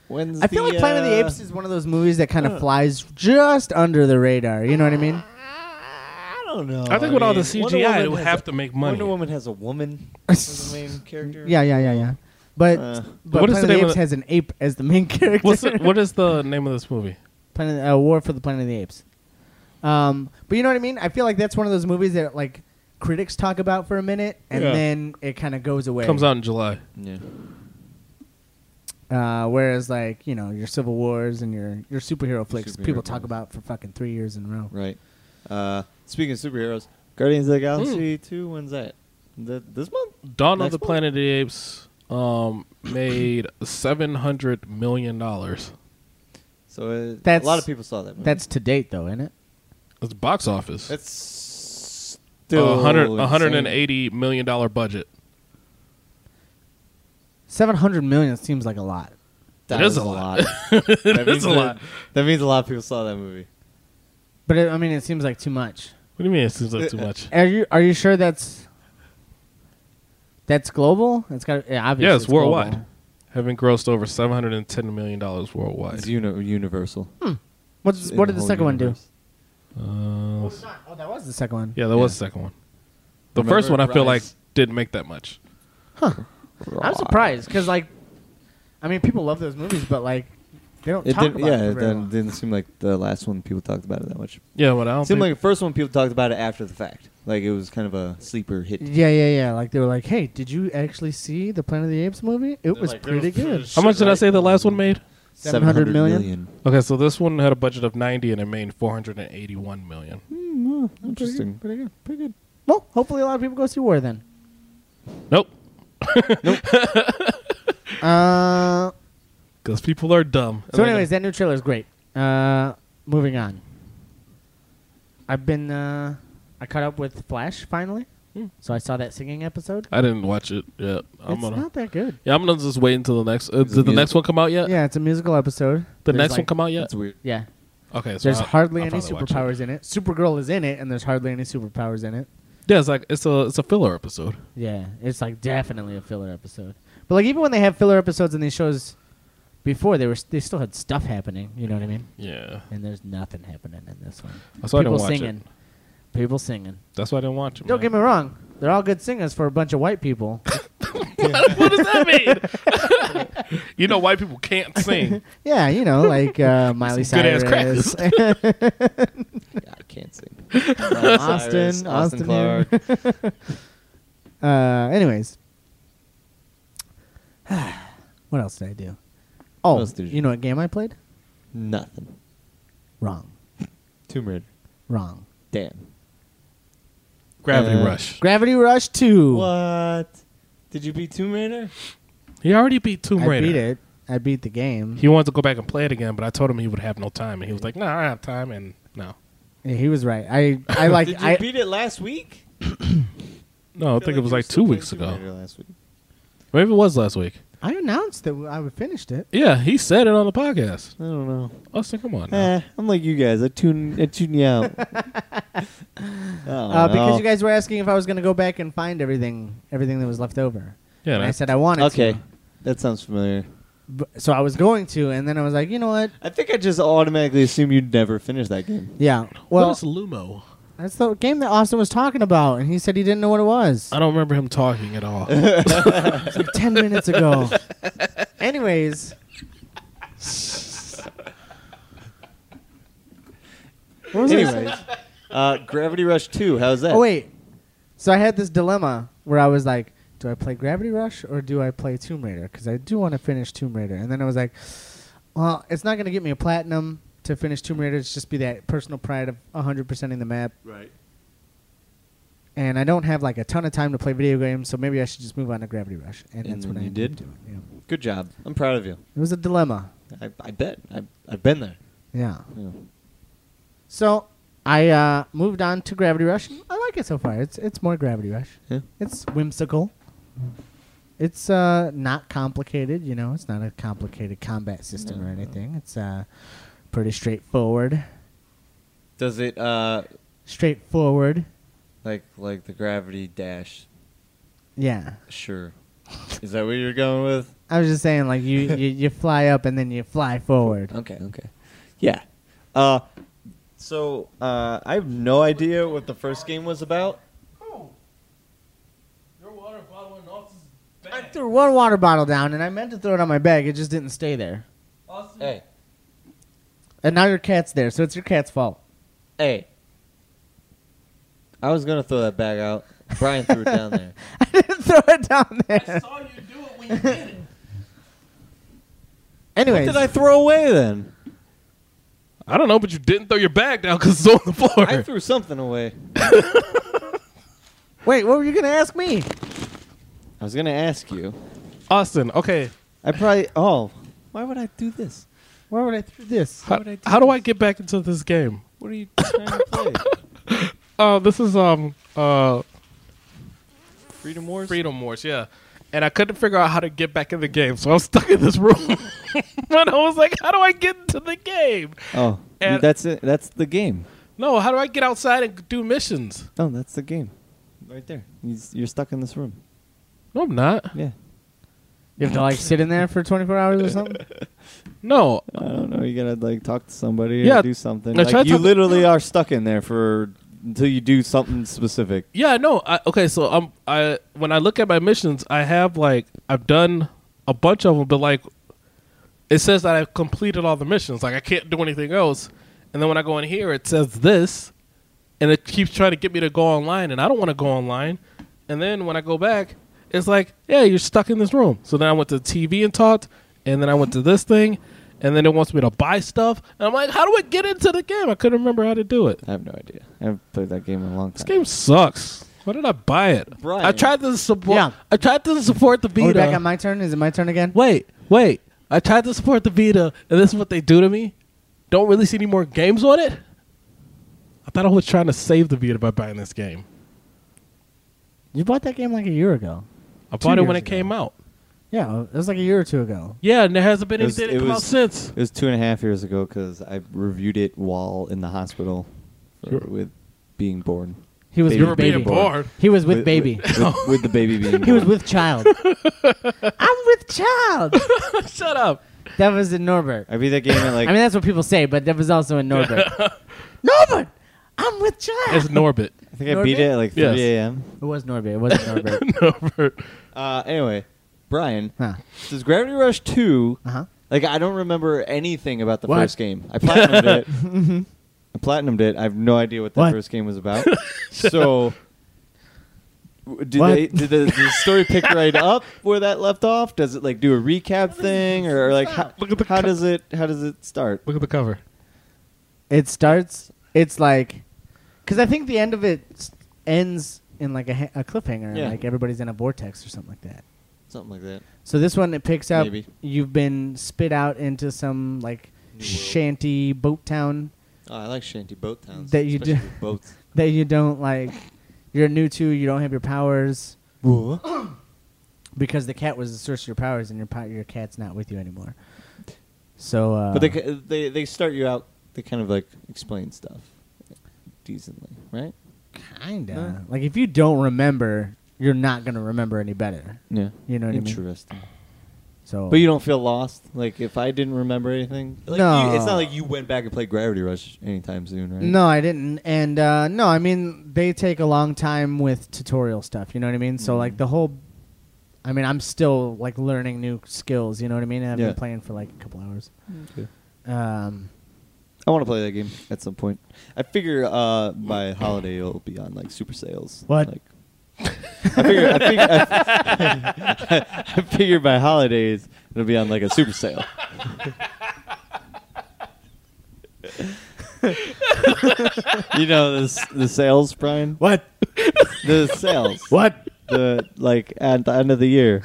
When's
I feel
the,
like Planet of the
uh,
Apes is one of those movies that kind of
uh,
flies just under the radar. You know what I mean?
I don't know.
I think with all the
mean, Wonder
CGI, they
Woman
would
has
have
a-
to make money.
Wonder Woman has a woman
[LAUGHS]
as the main character.
Yeah, yeah, yeah, yeah. But
Uh,
but
What
Planet
is the
of
name
the
of
Apes
the-
has an ape as the main [LAUGHS] character.
[LAUGHS]
[LAUGHS]
What's the, what is the name of this movie?
Planet uh, War for the Planet of the Apes. Um, but you know what I mean? I feel like that's one of those movies that like critics talk about for a minute and
Yeah.
then it kind of goes away.
Comes out in July.
yeah.
Uh, whereas like you know your Civil Wars and your your superhero flicks
Superhero
people talk
movies.
about for fucking three years in a row.
Right. Uh, speaking of superheroes, Guardians of the
Hmm.
Galaxy two. When's that? Th- this month?
Dawn
Next
of the
one?
Planet of the Apes um, made seven hundred million dollars.
So uh,
That's-
a lot of people saw that. Movie.
That's to date though, isn't it?
It's box office.
that's
a
still
hundred,
insane.
a hundred and eighty million dollar budget. [LAUGHS]
Seven hundred million seems like a lot.
That was
is a lot.
that
[LAUGHS] It
means
is a lot.
That means a lot of people saw that movie.
But it, I mean, it seems like too much.
What do you mean? It seems
[LAUGHS]
like too much.
Are you are you sure that's that's global? It's got yeah, obviously.
Yeah, it's
global.
worldwide. Having grossed over seven hundred and ten million dollars worldwide.
It's uni- universal.
What's,
In
Hmm. what did the
whole
second one do?
universe.
Uh,
Oh, that was the second one.
yeah, that was the second one. The
Remember
first one I feel like
Rise?
didn't make that much.
I'm surprised because like, I mean, people love those movies, but like, they don't
It
talk
didn't.
about
Yeah,
it.
it
very
didn't,
well.
didn't seem like the last one people talked about it that much.
Yeah, but I don't
It seemed
think-
like the first one people talked about it after the fact. Like it was kind of a sleeper hit.
Yeah, yeah, yeah. Like they were like, "Hey, did you actually see the Planet of the Apes movie? It was pretty good."
How much did I say the last one made?
700 million?
Okay, so this one had a budget of 90 and it made 481 million.
Interesting. Hmm, Pretty good. Pretty good.
Well, hopefully a lot of people go see War then.
Nope,
Uh,
because people are dumb.
so,
And
anyways,
they're
that new trailer is great. Uh, moving on. I've been uh, I caught up with Flash finally, so I saw that singing episode.
gonna- I didn't watch it yet. Hmm. Uh, I'm
it's
gonna.
not that good.
yeah, I'm gonna just wait until the next. Uh,
Is it
did the
music?
next one come out yet?
Yeah, it's a musical episode.
The
There's
next one
like-
come out yet?
That's weird.
Yeah,
Okay, so
There's
I'll-
hardly
I'll
any
probably watch it.
superpowers in it. Supergirl is in it, and there's hardly any superpowers in it.
Yeah, it's like it's a it's a filler episode.
Yeah, it's like definitely a filler episode. But like even when they have filler episodes in these shows, before they were they still had stuff happening. You know what I mean?
Yeah,
And there's nothing happening in this one.
that's why I
People
didn't watch
singing,
it.
people singing.
That's why I didn't watch it.
Don't
man.
get me wrong, they're all good singers for a bunch of white people.
what does that mean? [LAUGHS] you know, white people can't sing.
[LAUGHS] yeah, you know, like uh, Miley
Some good-ass
Cyrus,
crackers.
[LAUGHS]
Yeah, I can't [LAUGHS] sing.
Austin, Austin, Clark. [LAUGHS] Uh, anyways, [SIGHS] what else did I do? Oh,
else did you
you know what game I played?
[LAUGHS] Nothing.
Wrong,
Tomb Raider.
wrong.
Damn.
Gravity
Uh,
Rush.
Gravity Rush Two.
What? Did you beat Tomb Raider?
He already beat Tomb
I
Raider.
beat it. I beat the game.
He wanted to go back and play it again, but I told him he would have no time, and he was like, "No, I have time." And no,
Yeah, he was right. I I like
[LAUGHS] Did you
I
beat it last week?
no, I think it was like two weeks ago.
Last week.
Maybe it was last week.
I announced that I would finished it.
Yeah, he said it on the podcast.
I don't know.
Austin, come on. now.
Eh, I'm like you guys. I tune. I tune
[LAUGHS]
you out.
Uh, because you guys were asking if I was going to go back and find everything everything that was left over.
Yeah,
and I
that-
said I wanted
Okay,
to.
that sounds familiar.
But- So I was going to and then I was like, "You know what?
I think I just automatically assume you'd never finish that game.
Yeah.
Well,
Well,
what is Lumo?
that's the game that Austin was talking about and he said he didn't know what it was
I don't remember him talking
[LAUGHS]
at all.
10 minutes ago. Anyways, what was I
Anyways, uh, Gravity Rush Two. How's that?
Oh wait. So I had this dilemma where I was like, do I play Gravity Rush or do I play Tomb Raider? Because I do want to finish Tomb Raider. And then I was like, well, it's not going to get me a platinum to finish Tomb Raider. It's just be that personal pride of 100%ing the map.
Right.
And I don't have like a ton of time to play video games, so maybe I should just move on to Gravity Rush. And,
And
that's
then
what I
you
ended
did?
up doing. Yeah.
Good job. I'm proud of you.
It was a dilemma.
I, I bet. I, I've been there.
Yeah.
Yeah.
So I uh, moved on to Gravity Rush. I like it so far. It's it's more Gravity Rush.
Yeah.
It's whimsical. It's uh, not complicated, you know. It's not a complicated combat system or anything. It's uh, pretty straightforward.
Does it uh
Straightforward.
like like the Gravity Dash?
Yeah.
Sure. Is that what you're going with?
I was just saying, like you, you, you fly up and then you fly forward.
Okay, okay. Yeah. Uh, so uh, I have no idea what the first game was about.
I threw one water bottle down, and I meant to throw it on my bag. It just didn't stay there.
Hey,
And now your cat's there, so it's your cat's fault. [LAUGHS]
hey. I was gonna throw that bag out. Brian threw it down there.
I didn't throw it down there.
saw you do it when you did it.
What
Anyways,
[LAUGHS] did I throw away then?
[LAUGHS] I don't know, but you didn't throw your bag down because it's on the floor.
I threw something away.
wait, what were you gonna ask me?
I was gonna ask you.
Austin, okay.
I probably. Oh, why would I do this?
Why would I throw this?
How,
would I do
how do I get back into this game?
What are you trying [LAUGHS] to play?
Oh, this is um uh
Freedom Wars.
Freedom Wars, yeah. and I couldn't figure out how to get back in the game, so I was [LAUGHS] stuck in this room. but I was like, how do I get into the game?
Oh,
And-
that's it. That's the game.
No, how do I get outside and do missions?
No, that's the game. Right there. He's, you're stuck in this room.
No, I'm not.
Yeah.
You have to like sit in there for 24 hours or something.
No,
I don't know. You gotta like talk to somebody
Yeah,
or do something.
I
Like,
tried
you
talk-
literally are stuck in there for until you do something specific.
Yeah, no. I, okay, so um, I when I look at my missions, I have like I've done a bunch of them, but like it says that I've completed all the missions. Like I can't do anything else. And then when I go in here, it says this, and it keeps trying to get me to go online, and I don't want to go online. And then when I go back, it's like, yeah, you're stuck in this room. So then I went to TV and talked, and then I went to this thing, and then it wants me to buy stuff. And I'm like, how do I get into the game? I couldn't remember how to do it.
I have no idea. I haven't played that game in a long time.
This game sucks. Why did I buy it?
Brian.
I tried to support.
Yeah.
I tried to support the
Are we
Vita.
back on my turn? Is it my turn again?
wait, wait. I tried to support the Vita, and this is what they do to me. Don't release any more games on it. I thought I was trying to save the Vita by buying this game.
You bought that game like a year ago.
I
Two
bought it
years
when it
ago.
came out.
Yeah, it was like a year or two ago.
Yeah, and there hasn't been
It was-
anything that
it
come out
was-
since.
It was two and a half years ago because I reviewed it while in the hospital for-
Sure.
with being born.
He was
You
with
were
baby.
being born.
He was with baby. [LAUGHS]
With, with the baby being born.
He was with child.
[LAUGHS]
I'm with child.
[LAUGHS] Shut up.
That was in Norbert.
I beat that game at
I
like.
mean, that's what people say, but that was also in
[LAUGHS]
Norbert. Norbert, I'm with child.
[LAUGHS]
It's Norbit.
I think I beat it at like 3
Yes.
a.m.
it was Norbert. It wasn't Norbert.
[LAUGHS]
Norbit.
Uh, anyway, Brian,
Huh.
does Gravity Rush 2.
Uh huh.
Like, I don't remember anything about the
What?
first game. I
[LAUGHS]
platinumed it. I platinumed it. I have no idea what that
Mm-hmm. What?
first game
[LAUGHS]
was about. so. w- Did,
What?
they, did, the, did the story pick
[LAUGHS]
right up where that left off? Does it like do a recap thing, or like how,
Look at the
how
co-
does it how does it start?
Look at the cover.
It starts. It's like, because I think the end of it s- ends in like a, ha- a cliffhanger, and
Yeah.
like everybody's in a vortex or something like that.
Something like that.
So this one it picks up.
Maybe.
You've been spit out into some like
New world.
shanty boat town
Oh, I like shanty boat towns.
That you do-
especially with boats.
that you don't like. You're new to. You don't have your powers because the cat was the source of your powers, and your po- your cat's not with you anymore. So, uh,
But they, ca- they they start you out. They kind of like explain stuff decently, right?
kinda like if you don't remember, you're not gonna remember any better.
Yeah.
You know what I mean?
Interesting.
So,
But you don't feel lost. Like if I didn't remember anything, like
No.
you, it's not like you went back and played Gravity Rush anytime soon, right?
No, I didn't. And uh, no, I mean they take a long time with tutorial stuff. You know what I mean? So like
Mm.
the whole, I mean I'm still like learning new skills. You know what I mean? I've
Yeah.
been playing for like a couple hours. Um,
I want to play that game at some point. I figure uh, by holiday it'll be on like super sales.
What?
Like, I figure. I figure, I, I [LAUGHS] figure by holidays it'll be on like a super sale. you know this the sales, Brian.
[LAUGHS]
what?
The sales.
What?
The like at the end of the year.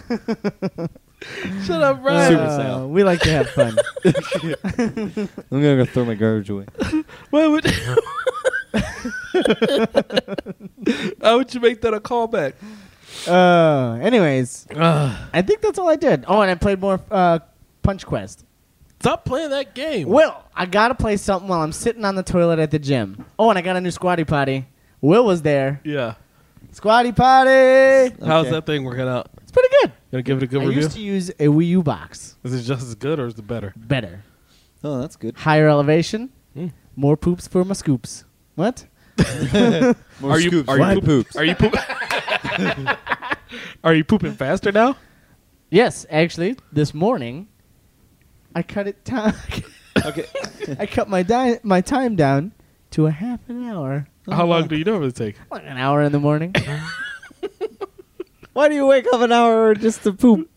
Shut
Right.
up, Brian.
Super sale.
uh, we like to have
[LAUGHS]
fun.
I'm gonna go throw my garbage away.
Why would? [LAUGHS] How would you make that a callback?
uh, anyways,
Ugh.
I think that's all I did. Oh, and I played more uh, Punch Quest.
Stop playing that game.
Will, I gotta play something while I'm sitting on the toilet at the gym. Oh, and I got a new squatty potty. Will was there.
Yeah.
Squatty potty.
How's
Okay.
that thing working out?
It's pretty good.
Gonna give it a good
I
review?
used to use a Wii U box.
Is it just as good or is it better?
Better.
Oh, that's good.
Higher elevation.
Hmm.
More poops for my scoops. What?
More
are you
scoops.
are
What?
you poop, are you
[LAUGHS]
poop, Are you pooping faster now?
Yes, actually, this morning, I cut it down.
Okay.
[LAUGHS] I cut my di- my time down to a half an hour.
Oh,
How long do you normally take?
Like an hour in the
[LAUGHS]
morning.
Why do you wake up an hour just to poop?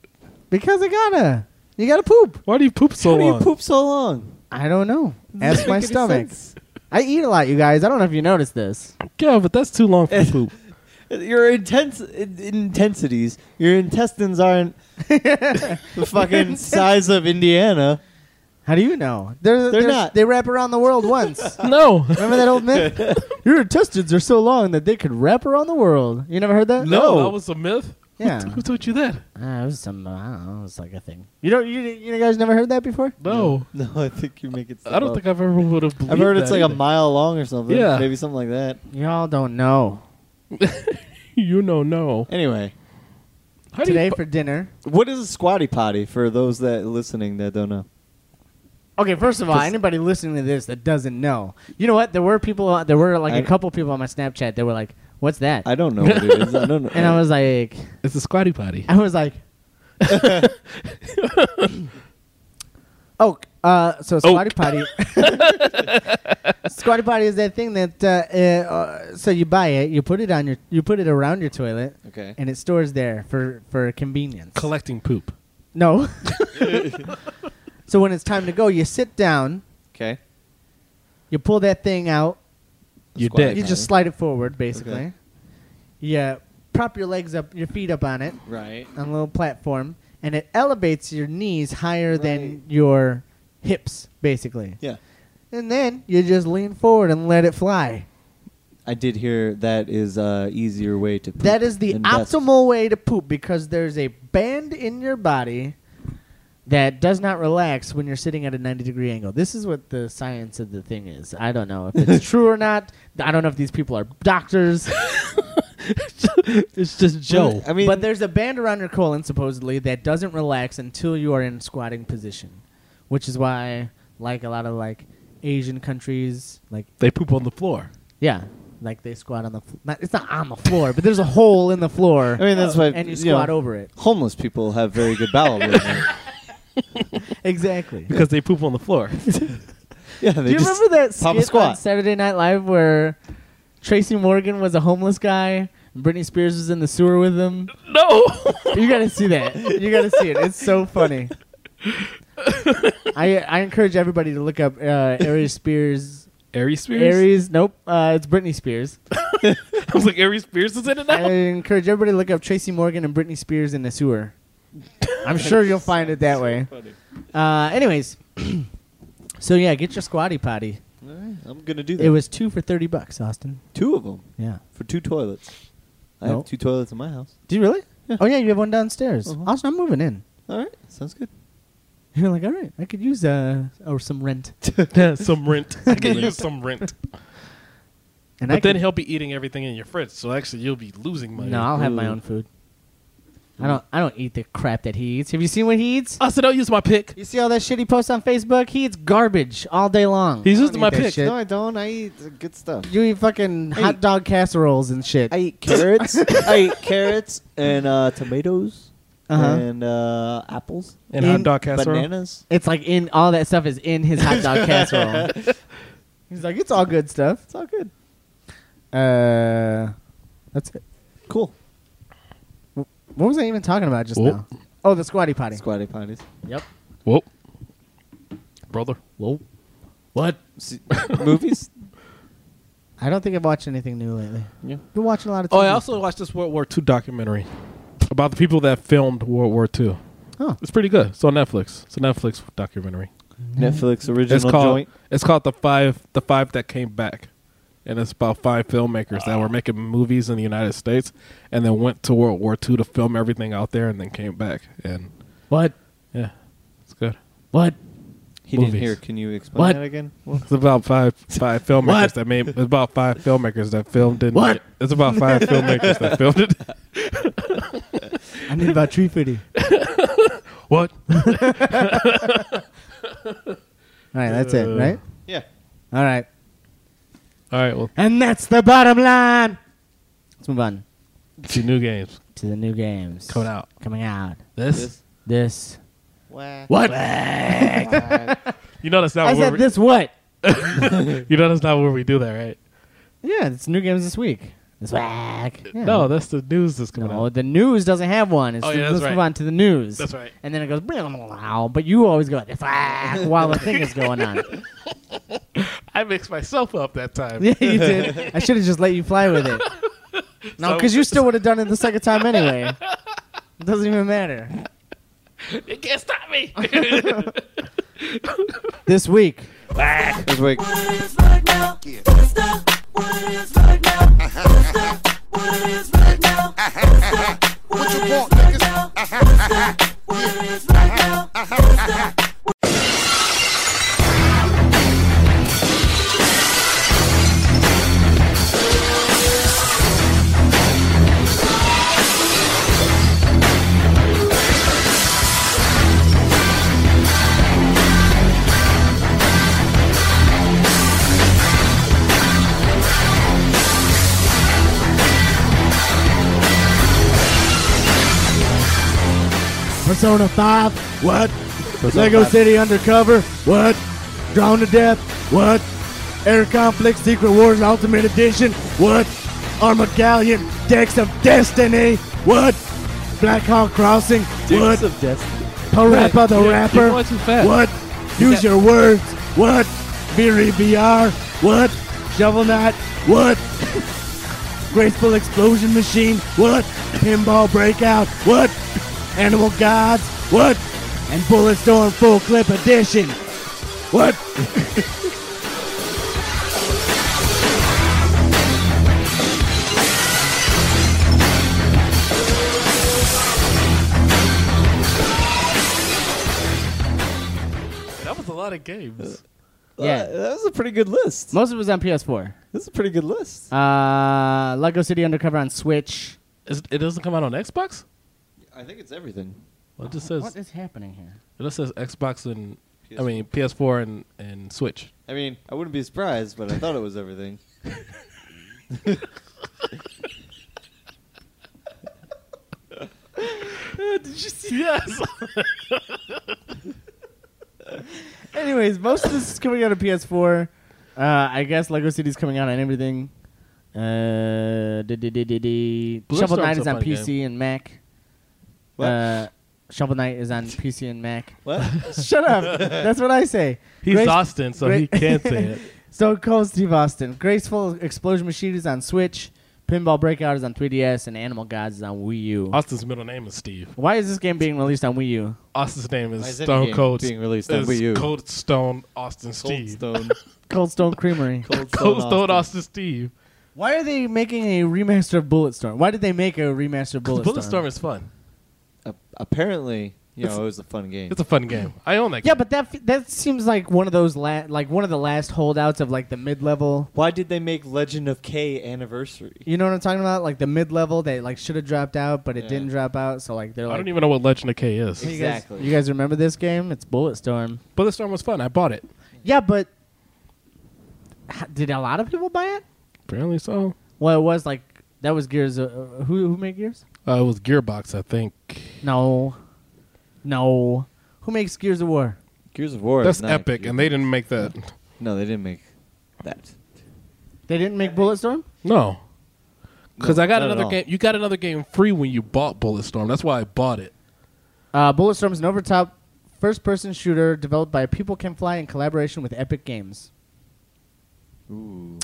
because I gotta. You gotta poop.
Why do you poop so
How do
long?
you poop so long?
I don't know. Ask
Doesn't
my
make any
stomach.
sense.
I eat a lot, you guys. I don't know if you noticed
[LAUGHS]
this.
Yeah, but that's too [LAUGHS] long for
It's- [LAUGHS]
poop.
[LAUGHS] Your intense in- intensities, your intestines aren't [LAUGHS] the fucking size of Indiana.
How do you know? They're, they're,
not.
They wrap around the world
[LAUGHS]
once.
No.
Remember that old myth? Your intestines are so long that they could wrap around the world. You never heard that?
No, that was a myth.
[LAUGHS] Yeah.
Who told you that?
Uh, it was some. I don't know. It was like a thing. You don't. You, you guys never heard that before?
No,
No, I think you make it.
I don't think I've ever would have.
I've heard it's like a mile long or something.
Yeah.
maybe something like that.
Y'all don't know.
[LAUGHS] You know, no.
Anyway,
How do you
Today
fu-
for dinner.
what is a squatty potty for those that listening that don't know?
Okay, first of all,
Just-
anybody listening to this that doesn't know, you know what? There were people. uh, There were like a
I-
couple people on my Snapchat that were like, "What's that?"
I don't know what it is. I
[LAUGHS]
don't know.
and
[LAUGHS]
I was like,
it's a squatty [LAUGHS] potty.
I was like, oh, uh, so squatty [LAUGHS] potty. squatty potty is that thing that uh, uh, uh, so you buy it, you put it on your, you put it around your toilet,
okay.
and it stores there for for convenience.
Collecting poop.
[LAUGHS] No. so when it's time to go, you sit down,
Okay.
you pull that thing out,
Your
Squatty
dick.
you just
potty.
slide it forward, basically.
Okay.
You uh, prop your legs up, your feet up on it,
Right.
on a little platform, and it elevates your knees higher
Right.
than your hips, basically.
Yeah.
And then you just lean forward and let it fly.
I did hear that is a easier way to. Poop
That is the
than best.
optimal way to poop because there's a band in your body that does not relax when you're sitting at a 90 degree angle. This is what the science of the thing is. I don't know if it's true or not. I don't know if these people are doctors.
it's just Joe.
I mean,
but there's a band around your colon supposedly that doesn't relax until you are in squatting position, which is why like a lot of like Asian countries, like
They poop on the floor.
yeah, like they squat on the fl- not, it's not on the floor, but there's a hole in the floor.
I mean that's why
Uh, and you
know,
squat over it.
Homeless people have very good
[LAUGHS]
bowel movement.
Exactly.
Because they poop on the [LAUGHS] floor.
Yeah, [LAUGHS] they
Do you
just
remember that skit
pop a
on
squat.
Saturday Night Live where Tracy Morgan was a homeless guy and Britney Spears was in the sewer with him?
no. [LAUGHS]
You gotta see that. You gotta see it. It's so funny. I I encourage everybody to look up uh, Aries Spears.
Aries Spears?
Aries, nope, uh, it's Britney
[LAUGHS]
Spears.
I was like, Aries Spears is in it
I
now?
encourage everybody to look up Tracy Morgan and Britney Spears in the sewer. I'm sure you'll find it that way. Uh, anyways, [CLEARS THROAT] so yeah, get your squatty potty.
Alright, I'm gonna do that.
It was two for thirty bucks, Austin.
two of them
Yeah.
for two toilets. I
No.
have two toilets in my house.
Do you really?
Yeah.
Oh yeah, you have one downstairs.
Uh-huh.
Austin, I'm moving in.
All right, sounds good.
You're like, all right, I could use uh or some [LAUGHS] rent.
some rent. [LAUGHS] I can use some rent.
And I
but then
could-
he'll be eating everything in your fridge, so actually you'll be losing money.
No, I'll have my
Ooh.
own food. I don't. I don't eat the crap that he eats. Have you seen what he eats?
I said, Ah, don't use my pick.
You see all that shit he posts on Facebook? He eats garbage all day long.
He's
I
just
don't
my
eat that
pick.
shit.
I don't. I eat good stuff.
You eat fucking hot dog casseroles and shit.
I
[LAUGHS]
eat carrots. I eat carrots and uh, tomatoes
Uh-huh.
and uh, apples,
And
In
hot dog casserole.
bananas.
it's like in all that stuff is in his hot
[LAUGHS]
dog casserole. He's like, it's all good stuff.
It's all good.
Uh, that's it.
Cool.
What was I even talking about just
Whoa.
now? Oh, the squatty potty.
Squatty potties. [LAUGHS]
yep.
Whoa. Brother.
Whoa. What?
See, movies.
I don't think I've watched anything new lately.
Yeah.
Been watching a lot of.
Oh, I
TV.
also watched this World War II documentary about the people that filmed World War II.
Huh.
It's pretty good. It's on Netflix. It's a Netflix documentary.
Netflix original
It's called
joint.
It's called the five the five that came back, and it's about five filmmakers that were making movies in the United States, and then went to World War II to film everything out there, and then came back. And
What?
yeah, it's good.
What?
He
Movies.
didn't hear. Can you explain
What?
that again?
It's about five five filmmakers
What?
that made. It's about five filmmakers that filmed in.
What?
It's about five filmmakers that filmed it.
I need about tree
[LAUGHS]
fitty.
What?
All right, that's it,
Uh,
right?
Yeah.
All right.
All right. Well,
And that's the bottom line. Let's move on
two new games
to the new games
coming out.
Coming out.
This.
This.
Wow.
What? You know that's not.
I
Oh, where
said
we,
this what?
You know that's not where we do that, right?
Yeah, it's new games this week. This whack. Yeah.
Uh, No, that's the news that's coming
No,
out.
the news doesn't have one. It's
Oh,
the-
yeah, that's
let's move
right.
on to the news.
That's right.
And then it goes, blah, blah, blah, but you always go this whack while the thing is going
[LAUGHS]
on.
I mixed myself up that time.
[LAUGHS] yeah, you did. I should have just let you fly with it. No,
So-
because you still would have done it the second time anyway. It doesn't even matter.
You can't stop [LAUGHS] me.
This week,
This week.
What is right now? What you want, niggas?
Persona 5, what?
Persona
Lego
5.
City Undercover, what? Drown to Death, what? Air Conflict Secret Wars Ultimate Edition, what? Armageddon, Decks of Destiny, what? Black Hawk Crossing, what?
of death.
Parappa the
You're- you're
Rapper,
going too
[LAUGHS]
fast.
what? Use Your Words, what? Beery VR, what? Shovel Knight, what? [LAUGHS] Graceful Explosion Machine, what? Pinball Breakout, what? Animal Gods, what? And Bulletstorm Full Clip Edition, what?
That was a lot of games.
Yeah.
Uh, that was a pretty good list.
Most of it was on PS4.
This is a pretty good list.
Uh, Lego City Undercover on Switch.
Is, it doesn't come out on Xbox.
I think it's everything.
Well, it just says
What is happening here?
it just says Xbox and I
PS4.
mean PS4 and and Switch.
I mean, I wouldn't be surprised, but I thought it was everything.
Yes.
Anyways, most of this is coming out on PS4. Uh, I guess Lego City's coming out on everything. Uh, d- d- d- d- d-
Blue
Shovel
Storm's
Knight
a
is on
fun
PC and Mac.
What?
Uh, Shovel Knight is on PC and Mac.
[LAUGHS]
What?
[LAUGHS] Shut up. That's what I say.
[LAUGHS] He's
Grace-
Austin, so he
Gra-
can't say it.
So Cold Steve Austin. Graceful Explosion Machine is on Switch. Pinball Breakout is on 3DS, and Animal Gods is on Wii U.
Austin's middle name is Steve.
Why is this game being released on Wii U?
Austin's name
Why
is
is any
Stone
game
Cold.
being released on
is
Wii U?
Cold Stone Austin
Cold
Steve.
Stone.
Cold Stone Creamery.
Cold Stone.
[LAUGHS] Cold Stone
Austin.
Austin Steve.
Why are they making a remaster of Bulletstorm? Why did they make a remaster of Bulletstorm?
Bulletstorm is fun.
A- apparently, you
It's-
know, it was a fun game.
It's a fun game. I own that.
Yeah,
game.
but that f- that seems like one of those la- like one of the last holdouts of like the mid level.
Why did they make Legend of K anniversary?
You know what I'm talking about? Like the mid level they like should have dropped out, but it
Yeah.
didn't drop out. So like they're
I
like,
don't even know what Legend of K is.
"Hey, you guys-
Exactly.
You guys, remember this game? It's Bulletstorm.
Bulletstorm was fun. I bought it.
Yeah, but h- did a lot of people buy it?
Apparently so.
Well, it was like that was Gears. Uh, who who made Gears?
Uh, it was Gearbox, I think.
No, no. Who makes Gears of War?
Gears of War.
That's
is not
epic,
Gears-
and they didn't make that.
No, they didn't make that.
They didn't make Bulletstorm.
No, because
No,
I got
not at
another
all.
game. You got another game free when you bought Bulletstorm. That's why I bought it.
Uh, Bulletstorm is an over-the-top first-person shooter developed by People Can Fly in collaboration with Epic Games.
Ooh.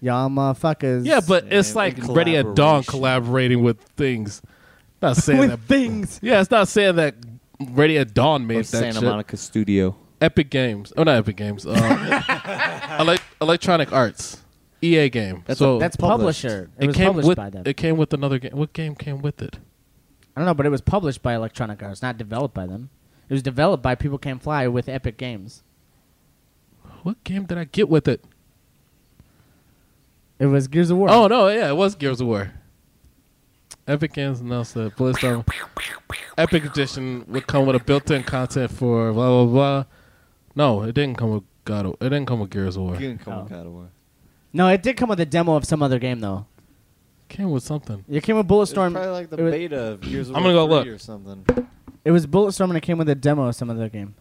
Y'all motherfuckers.
Yeah, but
Yeah,
it's
in
like Ready at Dawn
collaboration.
collaborating with things. Not
[LAUGHS]
saying
with
that.
things.
Yeah, it's not saying that Ready at Dawn made
Or
that
Santa
shit.
Monica Studio.
Epic Games. Oh, not Epic Games.
[LAUGHS]
Um, elec- Electronic Arts. EA game.
That's
so
a-
That's
Published.
publisher. It,
it
was
came
published
with
by them.
it came with another game. What game came with it?
I don't know, but it was published by Electronic Arts, not developed by them. It was developed by People Can Fly with Epic Games.
What game did I get with it?
It was Gears of War.
Oh no, yeah, it was Gears of War. Epic Games announced that Blizzard Epic Edition would come with a built-in content for blah blah blah. No, it didn't come with God. Of, it didn't come with Gears of War.
You can come
Oh.
with God of War.
no, it did come with a demo of some other game though.
Came with something.
It came with Bulletstorm.
It's probably like the
it, was,
beta of Gears of
I'm
War
gonna go
3
look.
or something.
it was Bulletstorm, and it came with a demo of some other game.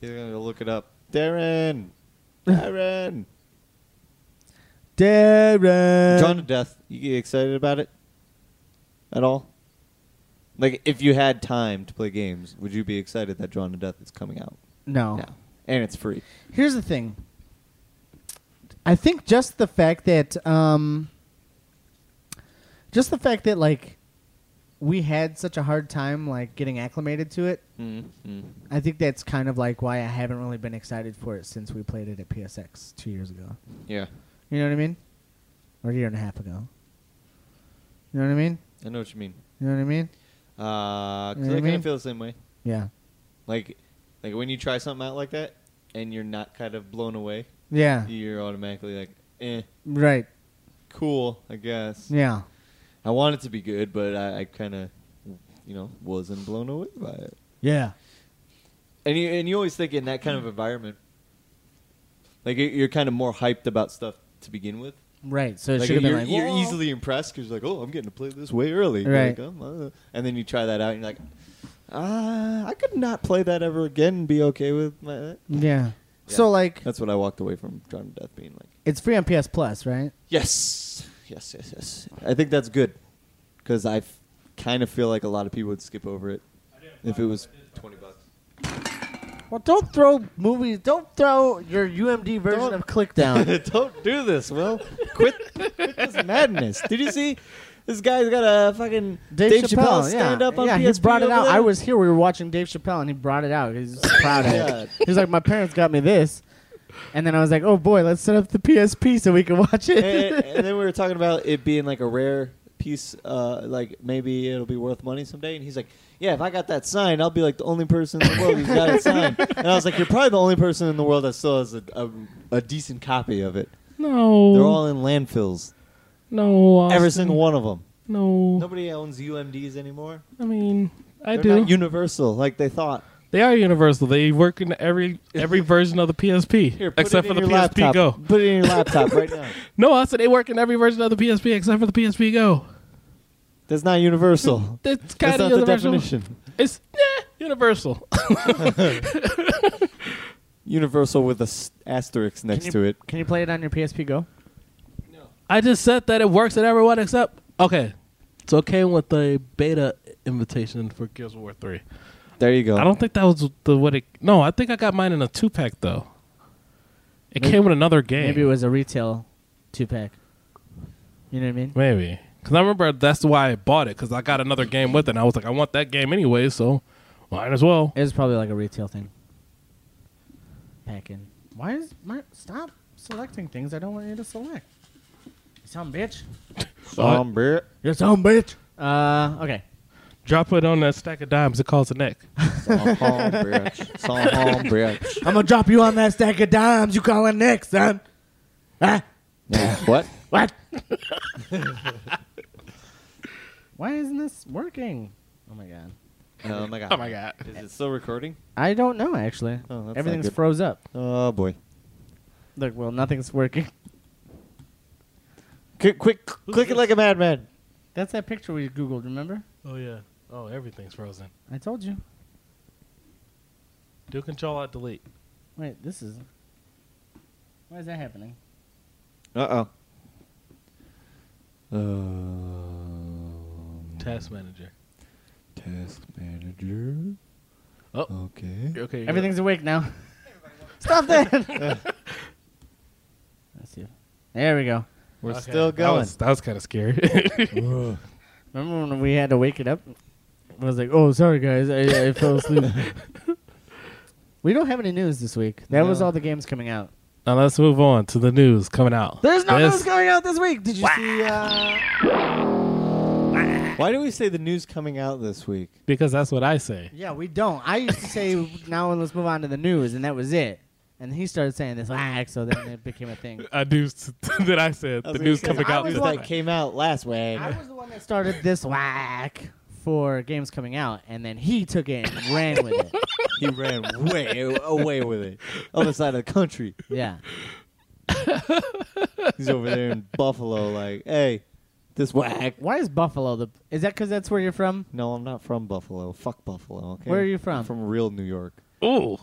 He's gonna go look it up.
[LAUGHS]
Darren, Darren,
Darren.
John to Death. You get excited about it at all? Like, if you had time to play games, would you be excited that John to Death is coming out
No.
now and it's free?
Here's the thing. I think just the fact that um just the fact that like we had such a hard time like getting acclimated to it.
Mm-hmm.
I think that's kind of like why I haven't really been excited for it since we played it at PSX 2 years ago.
Yeah,
You know what I mean? Or a year and a half ago. You know what I mean?
I know what you mean.
You know what I mean?
Uh, 'cause
You know what I
I kind
mean?
of feel the same way.
Yeah.
Like, like when you try something out like that, and you're not kind of blown away,
Yeah.
you're automatically like, eh,
Right.
cool, I guess.
Yeah.
I want it to be good, but I, I kind of, you know, wasn't blown away by it.
Yeah.
And you and you always think in that kind of environment, like you- you're kind of more hyped about stuff to begin with.
Right. So it
Like,
should have been
you're,
like
you're
"Whoa."
easily impressed because you're like, oh, I'm getting to play this way early. You're
Right.
like, "Um, uh," and then you try that out and you're like, ah, I could not play that ever again and be okay with my.
Yeah. So like
That's what I walked away from Drowned to Death being like.
it's free on PS Plus, right?
Yes, yes, yes, yes. I think that's good because I kind of feel like a lot of people would skip over it if it was twenty bucks.
Well, don't throw movies. Don't throw your UMD version
Don't-
of [LAUGHS] Clickdown.
[LAUGHS] Don't do this, Will. Quit, quit this madness. Did you see? This guy's got a fucking
Dave, Chappelle, yeah.
stand up on
yeah,
PSP
he brought it
over
out.
there?
I was here. We were watching Dave Chappelle, and he brought it out. [LAUGHS] He's proud of
Yeah.
it. He's like, my parents got me this, and then I was like, oh boy, let's set up the PSP so we [LAUGHS] can watch it.
and, and then we were talking about it being like a rare piece, uh, like maybe it'll be worth money someday. And he's like, "Yeah, if I got that sign, I'll be like the only person in the world
[LAUGHS]
who's got it signed." And I was like, "You're probably the only person in the world that still has a, a, a decent copy of it.
No.
They're all in landfills,
no.
every
Austin.
single one of them.
No.
Nobody owns UMDs anymore.
I mean, I
They're
do.
not universal like they thought.
they are universal. They work in every every version of the PSP
Here, put
except
it
for
in
the PSP
your laptop.
Go.
Put it in your laptop right
[LAUGHS]
now.
No, I said they work in every version of the PSP except for the PSP Go.
That's not
[LAUGHS]
universal.
That's
That's
kind
not
of
the
universal.
definition.
It's yeah, universal. [LAUGHS]
Universal with a s- asterisk next
you-
to it.
Can you play it on your PSP Go?
I just said that it works at everyone except okay. It's okay with the beta invitation for Gears of War Three.
There you go.
I don't think that was the what it. No, I think I got mine in a two pack though. It
Maybe-
came with another game.
Maybe it was a retail two pack. You know what I mean?
Maybe. Because I remember that's why I bought it, because I got another game with it, and I was like, I want that game anyway, so might as well.
It was probably like a retail thing. Packing. Why is my stop selecting things I don't want you to select? You sound bitch.
Um, bruh.
You sound bitch. Uh, okay.
Drop it on that stack of dimes, it calls a neck.
[LAUGHS]
Song bitch. Song bitch.
I'm gonna drop you on that stack of dimes. You call it next, son. Ah,
Yeah,
[LAUGHS]
What?
what? Why isn't this working? Oh my god.
Oh my god.
Oh my God.
Is it still recording?
I don't know actually.
Oh, that's not
Everything's
good.
froze up.
Oh boy.
Look, well, nothing's working.
Quick, quick click it like a madman.
[LAUGHS] That's that picture we googled. Remember?
Oh, yeah. Oh, everything's frozen.
I told you.
Do control alt delete.
Wait, this is. Why is that happening?
Uh oh.
Task manager.
Task manager.
Oh,
Okay.
okay. you're-
Everything's awake now. [LAUGHS] Stop [LAUGHS] that! Let's see. There we go.
We're
okay.
still
That
going.
was, that was kind of scary. [LAUGHS]
Remember when we had to wake it up? I was like, oh, sorry, guys. I, I fell [LAUGHS] asleep. we don't have any news this week. That was
No.
all the games coming out.
now let's move on to the news coming out.
There's no
This-
news coming out this week. Did you see? Uh,
[LAUGHS] Why do we say the news coming out this week?
Because that's what I say.
yeah, we don't. I used to say, now let's move on to the news, and that was it. And he started saying this, whack, so then it became a [LAUGHS] thing.
I do s- [LAUGHS] that I said the news
say,
coming
I
out.
was
this
like-
that
time.
came out last week.
I was the one that started this whack for games coming out, and then he took it and ran with [LAUGHS] it.
He ran way away with it. Other side of the country.
Yeah.
He's over there in Buffalo, like, hey, this whack.
Why is Buffalo the? Is that because that's where you're from?
No, I'm not from Buffalo. Fuck Buffalo. Okay.
Where are you from?
I'm from real New York.
Ooh.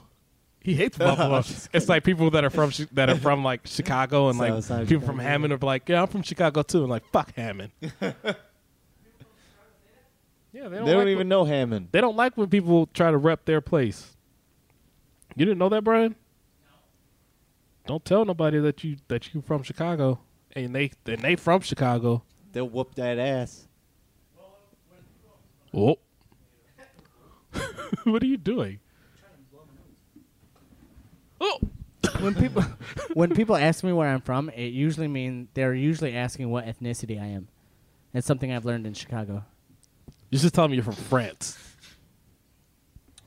He hates Buffalo. it's like people that are from Chi- that are from like Chicago and like
Southside
people from
Chicago.
Hammond are like, yeah, I'm from Chicago too, and like fuck Hammond. yeah, they don't,
they don't
like
even
When,
know Hammond.
they don't like when people try to rep their place. You didn't know that, Brian? No. Don't tell nobody that you that you from Chicago and they and they from Chicago.
They'll whoop that ass.
Oh. [LAUGHS] what are you doing? Oh.
When [LAUGHS] people when people ask me where I'm from, it usually mean they're usually asking what ethnicity I am. It's something I've learned in Chicago.
You should tell me you're from France.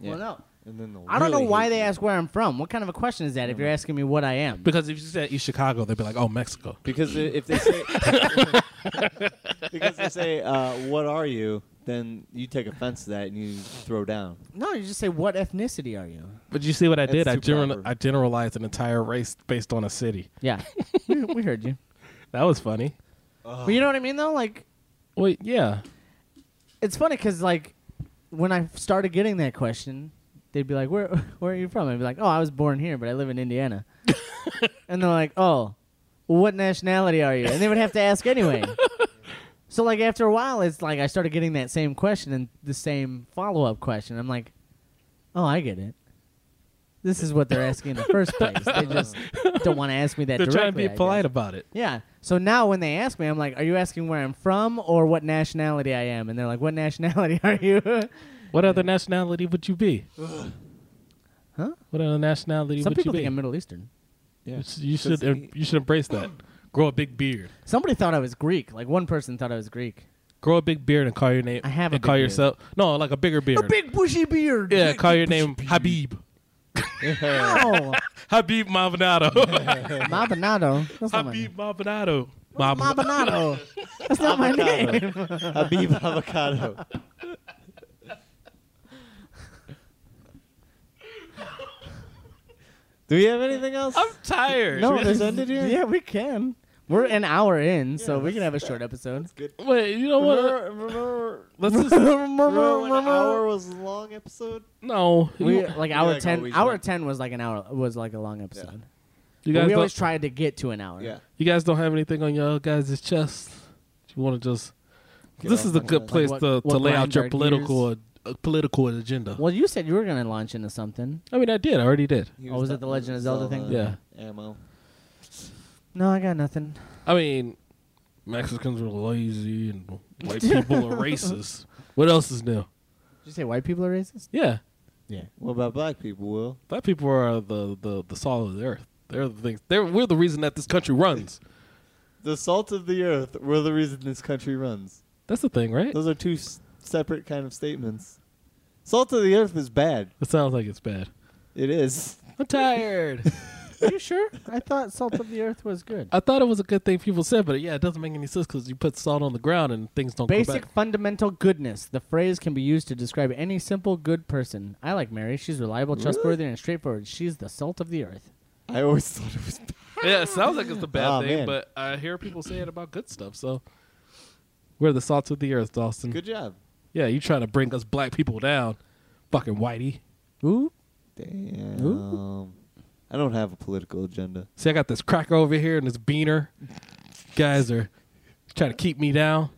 Yeah.
Well, no.
And then they'll
I don't know
really
why
hate
they
you.
ask where I'm from. What kind of a question is that if you're asking me what I am?
Because if you said East Chicago, they'd be like, oh, Mexico.
Because i- if they say [LAUGHS] because they say uh, what are you, then you take offense to that and you throw down.
No, you just say, what ethnicity are you?
But you see what I
That's
did? I,
too
general-
proper.
I generalized an entire race based on a city.
Yeah. [LAUGHS] we, we heard
[LAUGHS]
you.
That was funny.
But you know what I mean, though? Like,
Wait, yeah.
it's funny because, like, when I started getting that question, they'd be like, where, [LAUGHS] where are you from? I'd be like, oh, I was born here, but I live in Indiana. and they're like, oh, what nationality are you? And they would have to ask
[LAUGHS]
anyway. so, like, after a while, it's like I started getting that same question and the same follow up question. I'm like, oh, I get it. This is what they're asking in the
[LAUGHS]
first place. They just don't want to ask me that
They're trying to
directly.
be
I guess.
polite about it.
Yeah. So now when they ask me, I'm like, "Are you asking where I'm from or what nationality I am?" And they're like, "What nationality are you?"
What other nationality would you be?
Huh?
What other
[LAUGHS]
nationality
Some
would you
people
be?
think I'm Middle Eastern.
Yeah.
You s- you should em- you should embrace that. Grow a big beard.
Somebody thought I was Greek. Like one person thought I was Greek.
Grow a big beard and call your name.
I have a big
and call
beard.
yourself no like a bigger beard.
bushy beard.
yeah, call your name Habib.
[LAUGHS] No,
Habib Mavonado.
Mabonado. That's not my name.
Habib Mavonado.
Mabonado. That's not my name.
Habib [LAUGHS] avocado. Do we have anything else?
I'm tired.
No,
we
there's
just end it here?
Yeah, we can. We're an hour in, so we can have a short [LAUGHS] episode.
Wait, you know what?
remember, remember,
Let's just
[LAUGHS]
remember when an hour was a long episode?
no.
We
you,
like hour
like
ten.
always
Hour
went-
ten was like an hour. Was like a long episode.
you
But
guys
we always
don't,
tried to get to an hour.
Yeah.
you guys don't have anything on your guys' chest. You want to just
Get
this
off
is a
my
good
chest.
place
what-
to, to
what
lay out your
Weinberg
political uh, political agenda.
Well, you said you were going to launch into something.
I mean, I did. I already did.
He
Oh, was it the Legend of Zelda thing?
Yeah.
Ammo.
No, I got nothing.
I mean, Mexicans are lazy and white people [LAUGHS] are racist. What else is new?
Did you say white people are racist?
Yeah,
Yeah.
What about black people, Will?
black people are the the the salt of the earth. They're the things. They're we're the reason that this country runs.
The salt of the earth were the reason this country runs.
That's the thing, right?
Those are two s- separate kind of statements. Salt of the earth is bad.
It sounds like it's bad.
It is. [LAUGHS]
I'm tired.
Are you sure? I thought Salt of the Earth was good.
I thought it was a good thing people said, but yeah, it doesn't make any sense because you put salt on the ground and things don't grow
Basic
back.
fundamental goodness. The phrase can be used to describe any simple good person. I like Mary. She's reliable, trustworthy, and straightforward. She's the salt of the earth.
I always thought it was bad.
Yeah, it sounds like it's the bad
Aw,
thing,
Ah, man.
but I hear people say it about good stuff. So we're the salt of the earth, Dawson.
Good job.
Yeah, you trying to bring us black people down, fucking whitey.
Ooh.
Damn. I don't have a political agenda.
See, I got this cracker over here and this beaner. Guys are trying to keep me down.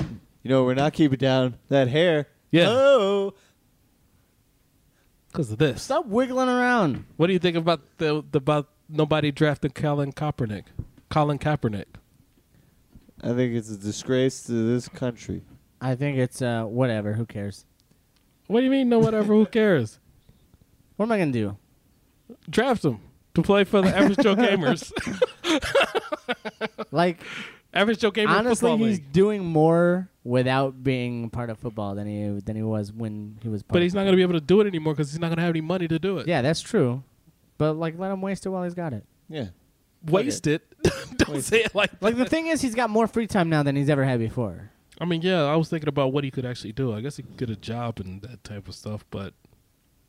You know, we're not keeping down that hair.
Yeah.
Oh.
Because of this.
Stop wiggling around.
What do you think about the, the about nobody drafting Colin Kaepernick? Colin Kaepernick.
I think it's a disgrace to this country.
I think it's uh, whatever. Who cares?
What do you mean? No, whatever. Who cares?
What am I gonna
[LAUGHS]
do?
Draft him to play for the average
[LAUGHS]
Joe gamers.
Like,
average Joe gamers.
honestly,
football
he's
league.
doing more without being part of football than he than he was when he was. Part
but
of
he's not going to be able to do it anymore because he's not going to have any money to do it.
Yeah, that's true. But like, let him waste it while he's got it.
Yeah.
waste it. [LAUGHS] Don't say it like. [LAUGHS]
Like the thing is, he's got more free time now than he's ever had before.
I mean, yeah, I was thinking about what he could actually do. I guess he could get a job and that type of stuff, but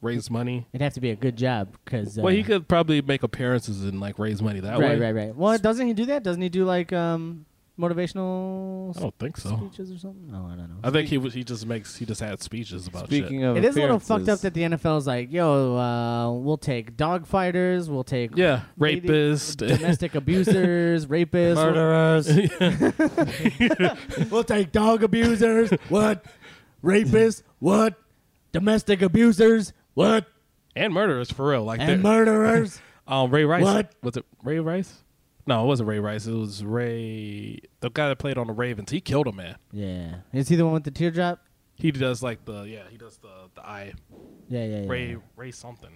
raise money.
It'd have to be a good job because. Uh,
Well, he could probably make appearances and like raise money that way.
Right, right, right. Well, doesn't he do that? Doesn't he do like um motivational
I don't think so.
speeches or something? No, I don't know.
I think he was. He just makes. He just had speeches about
Speaking
shit.
of
It is a little fucked up
appearances,
that the NFL is like, yo, uh, we'll take dog fighters, we'll take
yeah,
lady-
rapist,
domestic abusers, rapists,
murderers.
[LAUGHS] We'll take dog abusers. What? Rapists. What? Domestic abusers. What?
and murderers for real. Like they're- [LAUGHS]
murderers.
um, Ray Rice.
What?
was it? Ray Rice? No, it wasn't Ray Rice. It was Ray, the guy that played on the Ravens. He killed a man.
yeah. Is he the one with the teardrop?
He does like the yeah. He does the the eye
Yeah, yeah, yeah.
Ray Ray something.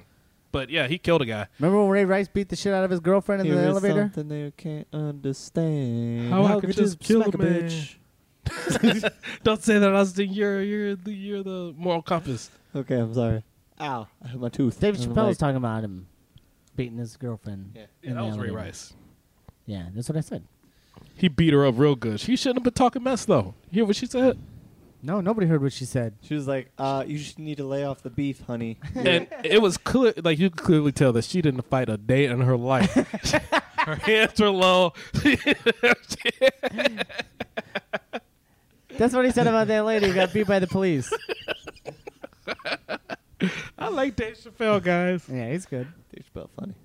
But yeah, he killed a guy.
Remember when Ray Rice beat the shit out of his girlfriend in
Here
the
is
elevator?
something they can't understand.
How I could just kill
smack
a man. Don't say that, Austin. You're you're the you're the moral compass.
Okay, I'm sorry. Ow, I hit my tooth.
Dave
And I'm
Chappelle was
like-
talking about him beating his girlfriend.
Yeah.
in
Yeah, that
the
was Ray
elevator.
Rice.
Yeah, that's what I said.
He beat her up real good. She shouldn't have been talking mess though. You hear what she said?
No, nobody heard what she said.
She was like, uh, "You just need to lay off the beef, [LAUGHS] honey."
And it was clear, like you could clearly tell that she didn't fight a day in her life. her hands were low. [LAUGHS]
That's what he said about that lady who got beat by the [LAUGHS] police.
I like Dave Chappelle, guys.
Yeah, he's good.
Dave Chappelle, funny.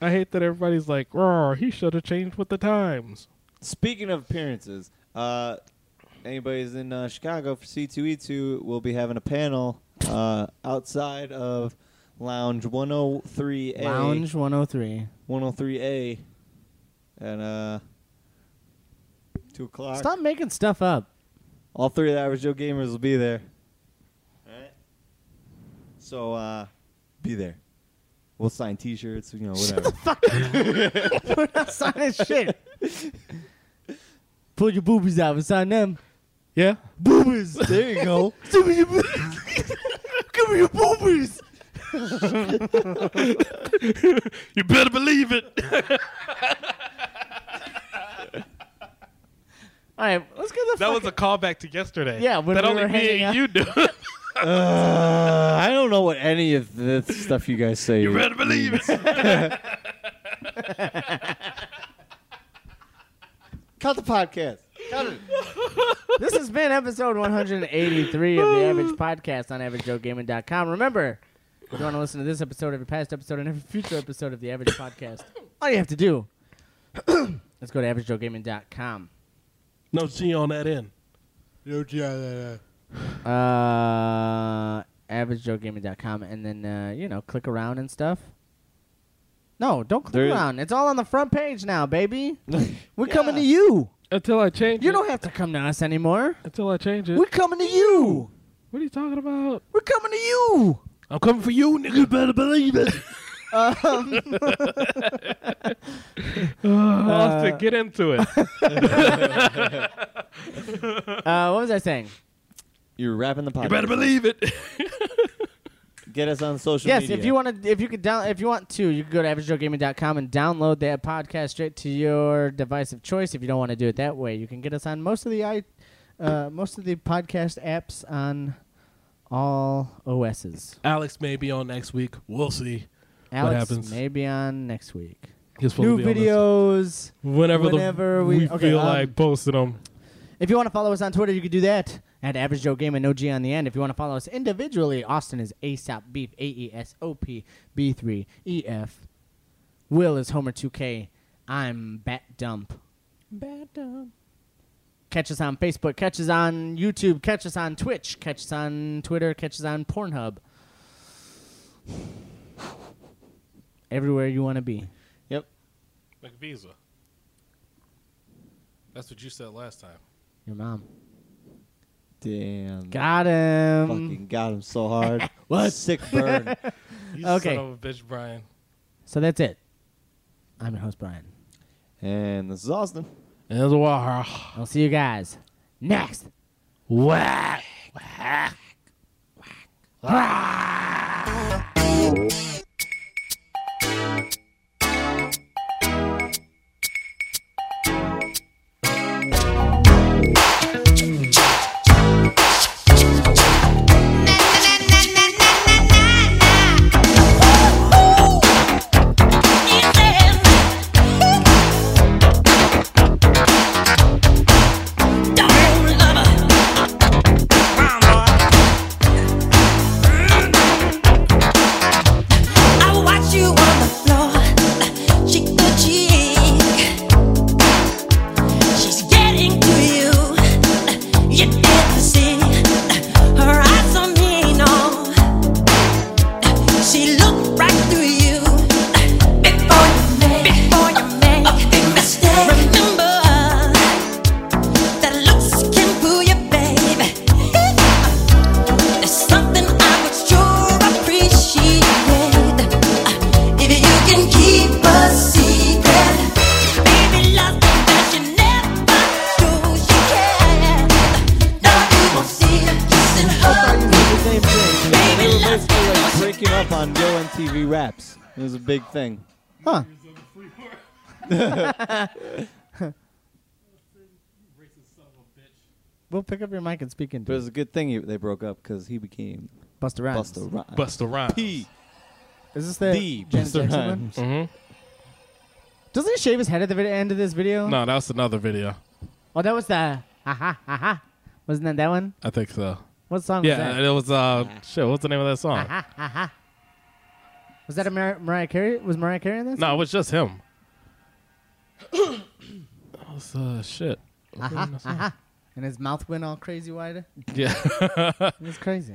I hate that everybody's like, "Rawr, he should have changed with the times."
Speaking of appearances, uh, anybody's in uh, Chicago for C2E2, we'll be having a panel uh, outside of Lounge 103A.
Lounge 103.
103A. And uh, 2 o'clock.
Stop making stuff [LAUGHS] up.
All three of the Average Joe Gamers will be there. Alright. So, uh, be there. We'll sign t shirts, you know, whatever.
We're not signing shit. Pull your boobies out and sign them.
Yeah,
[LAUGHS] Boobies!
[LAUGHS] there you go.
Give me your boobies! [LAUGHS] Give me your boobies!
you better believe it.
[LAUGHS]
[LAUGHS]
All right, let's get the
That
fuck
was a callback to yesterday.
Yeah, when
that
we
only
were hanging
me
out.
and you do.
Uh, I don't know what any of this stuff you guys say.
you better believe it.
[LAUGHS]
Cut the podcast.
This has been episode 183 of the Average Podcast on AverageJoeGaming.com. Remember, if you want to listen to this episode, every past episode, and every future episode of the Average Podcast, all you have to do [CLEARS THROAT] is go to AverageJoeGaming.com.
No G on that end.
Uh, AverageJoeGaming.com, and then, uh, you know, click around and stuff. No, don't click
There is-
around. It's all on the front page now, baby. We're coming to you.
Until I change
You
it.
don't have to come to us anymore.
Until I change it.
We're coming to you.
What are you talking about?
We're coming to you.
I'm coming for you, nigga. You better believe it. [LAUGHS] Um, Austin, get into [LAUGHS] it.
Uh, what was I saying?
You're wrapping the podcast.
You better believe it. [LAUGHS]
Get us on social
yes,
media.
if you want to, if you could down, if you want to, you can go to averagejoegaming.com and download that podcast straight to your device of choice. If you don't want to do it that way, you can get us on most of the i, uh, most of the podcast apps on all OSs.
Alex may be on next week. We'll see.
Alex
happens?
may be on next week.
He's
New
probably on
videos.
this- Whenever, the-
whenever we-
we,
okay,
feel
um,
like posting them.
If you want to follow us on Twitter, you can do that at Average Joe Game and no G on the end. If you want to follow us individually, Austin is ASAP Beef, A E S O P B 3 E F. Will is Homer 2K. I'm Bat Dump. Bat Dump. Catch us on Facebook, catch us on YouTube, catch us on Twitch, catch us on Twitter, catch us on Pornhub. [SIGHS] Everywhere you want to be.
Yep.
Like Visa. That's what you said last time.
Your mom.
Damn.
Got him.
Fucking got him so hard.
[LAUGHS] What?
Sick burn.
You
Okay.
son of a bitch, Brian.
So that's it. I'm your host, Brian.
and this is Austin.
And that's why.
I'll see you guys next.
Whack.
Darling lover,
same thing. They were basically like breaking up on Yo MTV Raps. It was a big thing.
Huh. [LAUGHS] We'll pick up your mic and speak
But it
into
was
it.
a good thing he, they broke up because he became
Buster Rhymes.
Busta Rhymes.
Busta Rhymes.
P.
Is this the
D.
Janet
Busta
Jackson one?
Rhymes.
Mm-hmm.
Doesn't he shave his head at the vid- end of this video?
No, that's another video.
Oh, that was the ha ha ha ha. Wasn't that that one?
I think so.
What song was
Yeah,
that?
and it was uh shit. What's the name of that song?
[LAUGHS] was that a Mar- Mariah Carey? Was Mariah Carey in this?
No, it was just him. [COUGHS] What's uh shit? What's the name of that song?
And his mouth went all crazy wide. [LAUGHS]
Yeah,
It's crazy.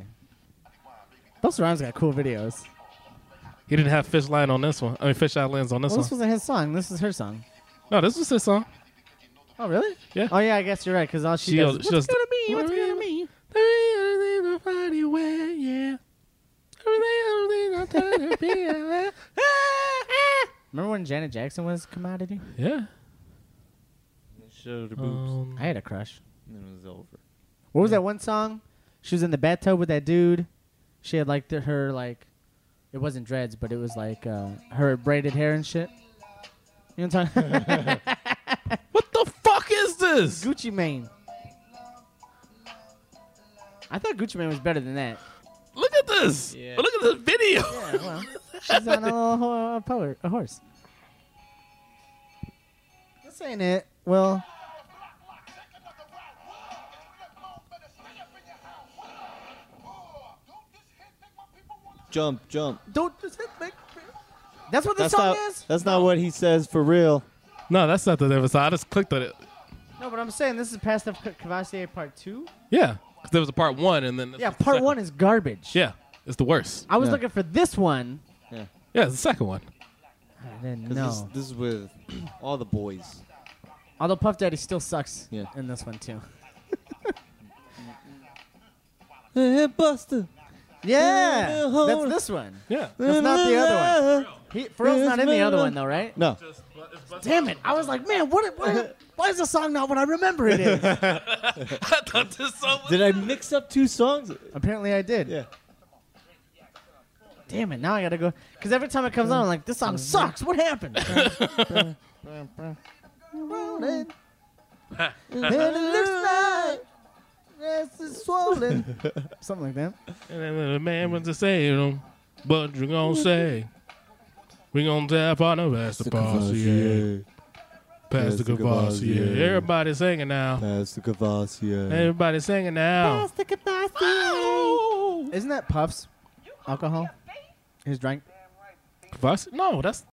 Busta Rhymes got cool videos.
he didn't have fish line on this one. I mean, fish eye lens on this
Well, this
one.
wasn't his song. This is her song.
no, this was his
[LAUGHS]
song.
Oh, really?
Yeah.
Oh, yeah. I guess you're right. Because all she,
She-
does.
she
What's
does-
good to me? What's good to me? Remember when Janet Jackson was commodity?
yeah.
Showed her boobs.
Um,
I had a crush.
and it was over.
What was that one song? She was in the bathtub with that dude. She had like the, her like, it wasn't dreads, but it was like uh, her braided hair and shit. You know what I'm talking? [LAUGHS]
what the fuck is this?
Gucci Mane. I thought Gucci Mane was better than that.
Look at this.
Yeah.
Look at this video.
Yeah, [LAUGHS] well, she's on a little ho- a, power, a horse. This ain't it. Well,
Jump, jump.
don't just hit me. That's what this
That's
song
not.
is.
That's not what he says for real.
No, that's not the name of the song. I just clicked on it.
No, but I'm saying this is past the K- Cavassier part two.
Yeah, 'cause there was a part one and then this
Yeah,
is the
part
second.
one is garbage.
Yeah, it's the worst.
I was
Yeah.
looking for this one.
Yeah.
Yeah, it's the second one.
I didn't
'Cause
know.
This, this is with all the boys.
Although Puff Daddy still sucks
Yeah.
in this one too.
Hey, Buster.
Yeah,
hold
that's
on.
this one. [LAUGHS]
Yeah.
That's not the other one. He, Pharrell's not in the other one though, right?
No.
Damn it! I was like, man, what?
[LAUGHS]
what why is the song not what I remember it is?
I thought this song was.
Did I mix up two songs?
Apparently, I did.
Yeah.
Damn it! Now I gotta go because every time it comes on, I'm like, this song sucks. What happened? Rolling. and it looks like this is swollen. Something like that.
And then the man went to say him, but you gonna say, we gonna tap on the past the Cavassier, past
Pastor
the
Cavassier.
Cavassier. Everybody's singing now.
That's the Cavassier.
Everybody's singing now.
Isn't that Puffs? Alcohol? His drink.
Cavassier? No, that's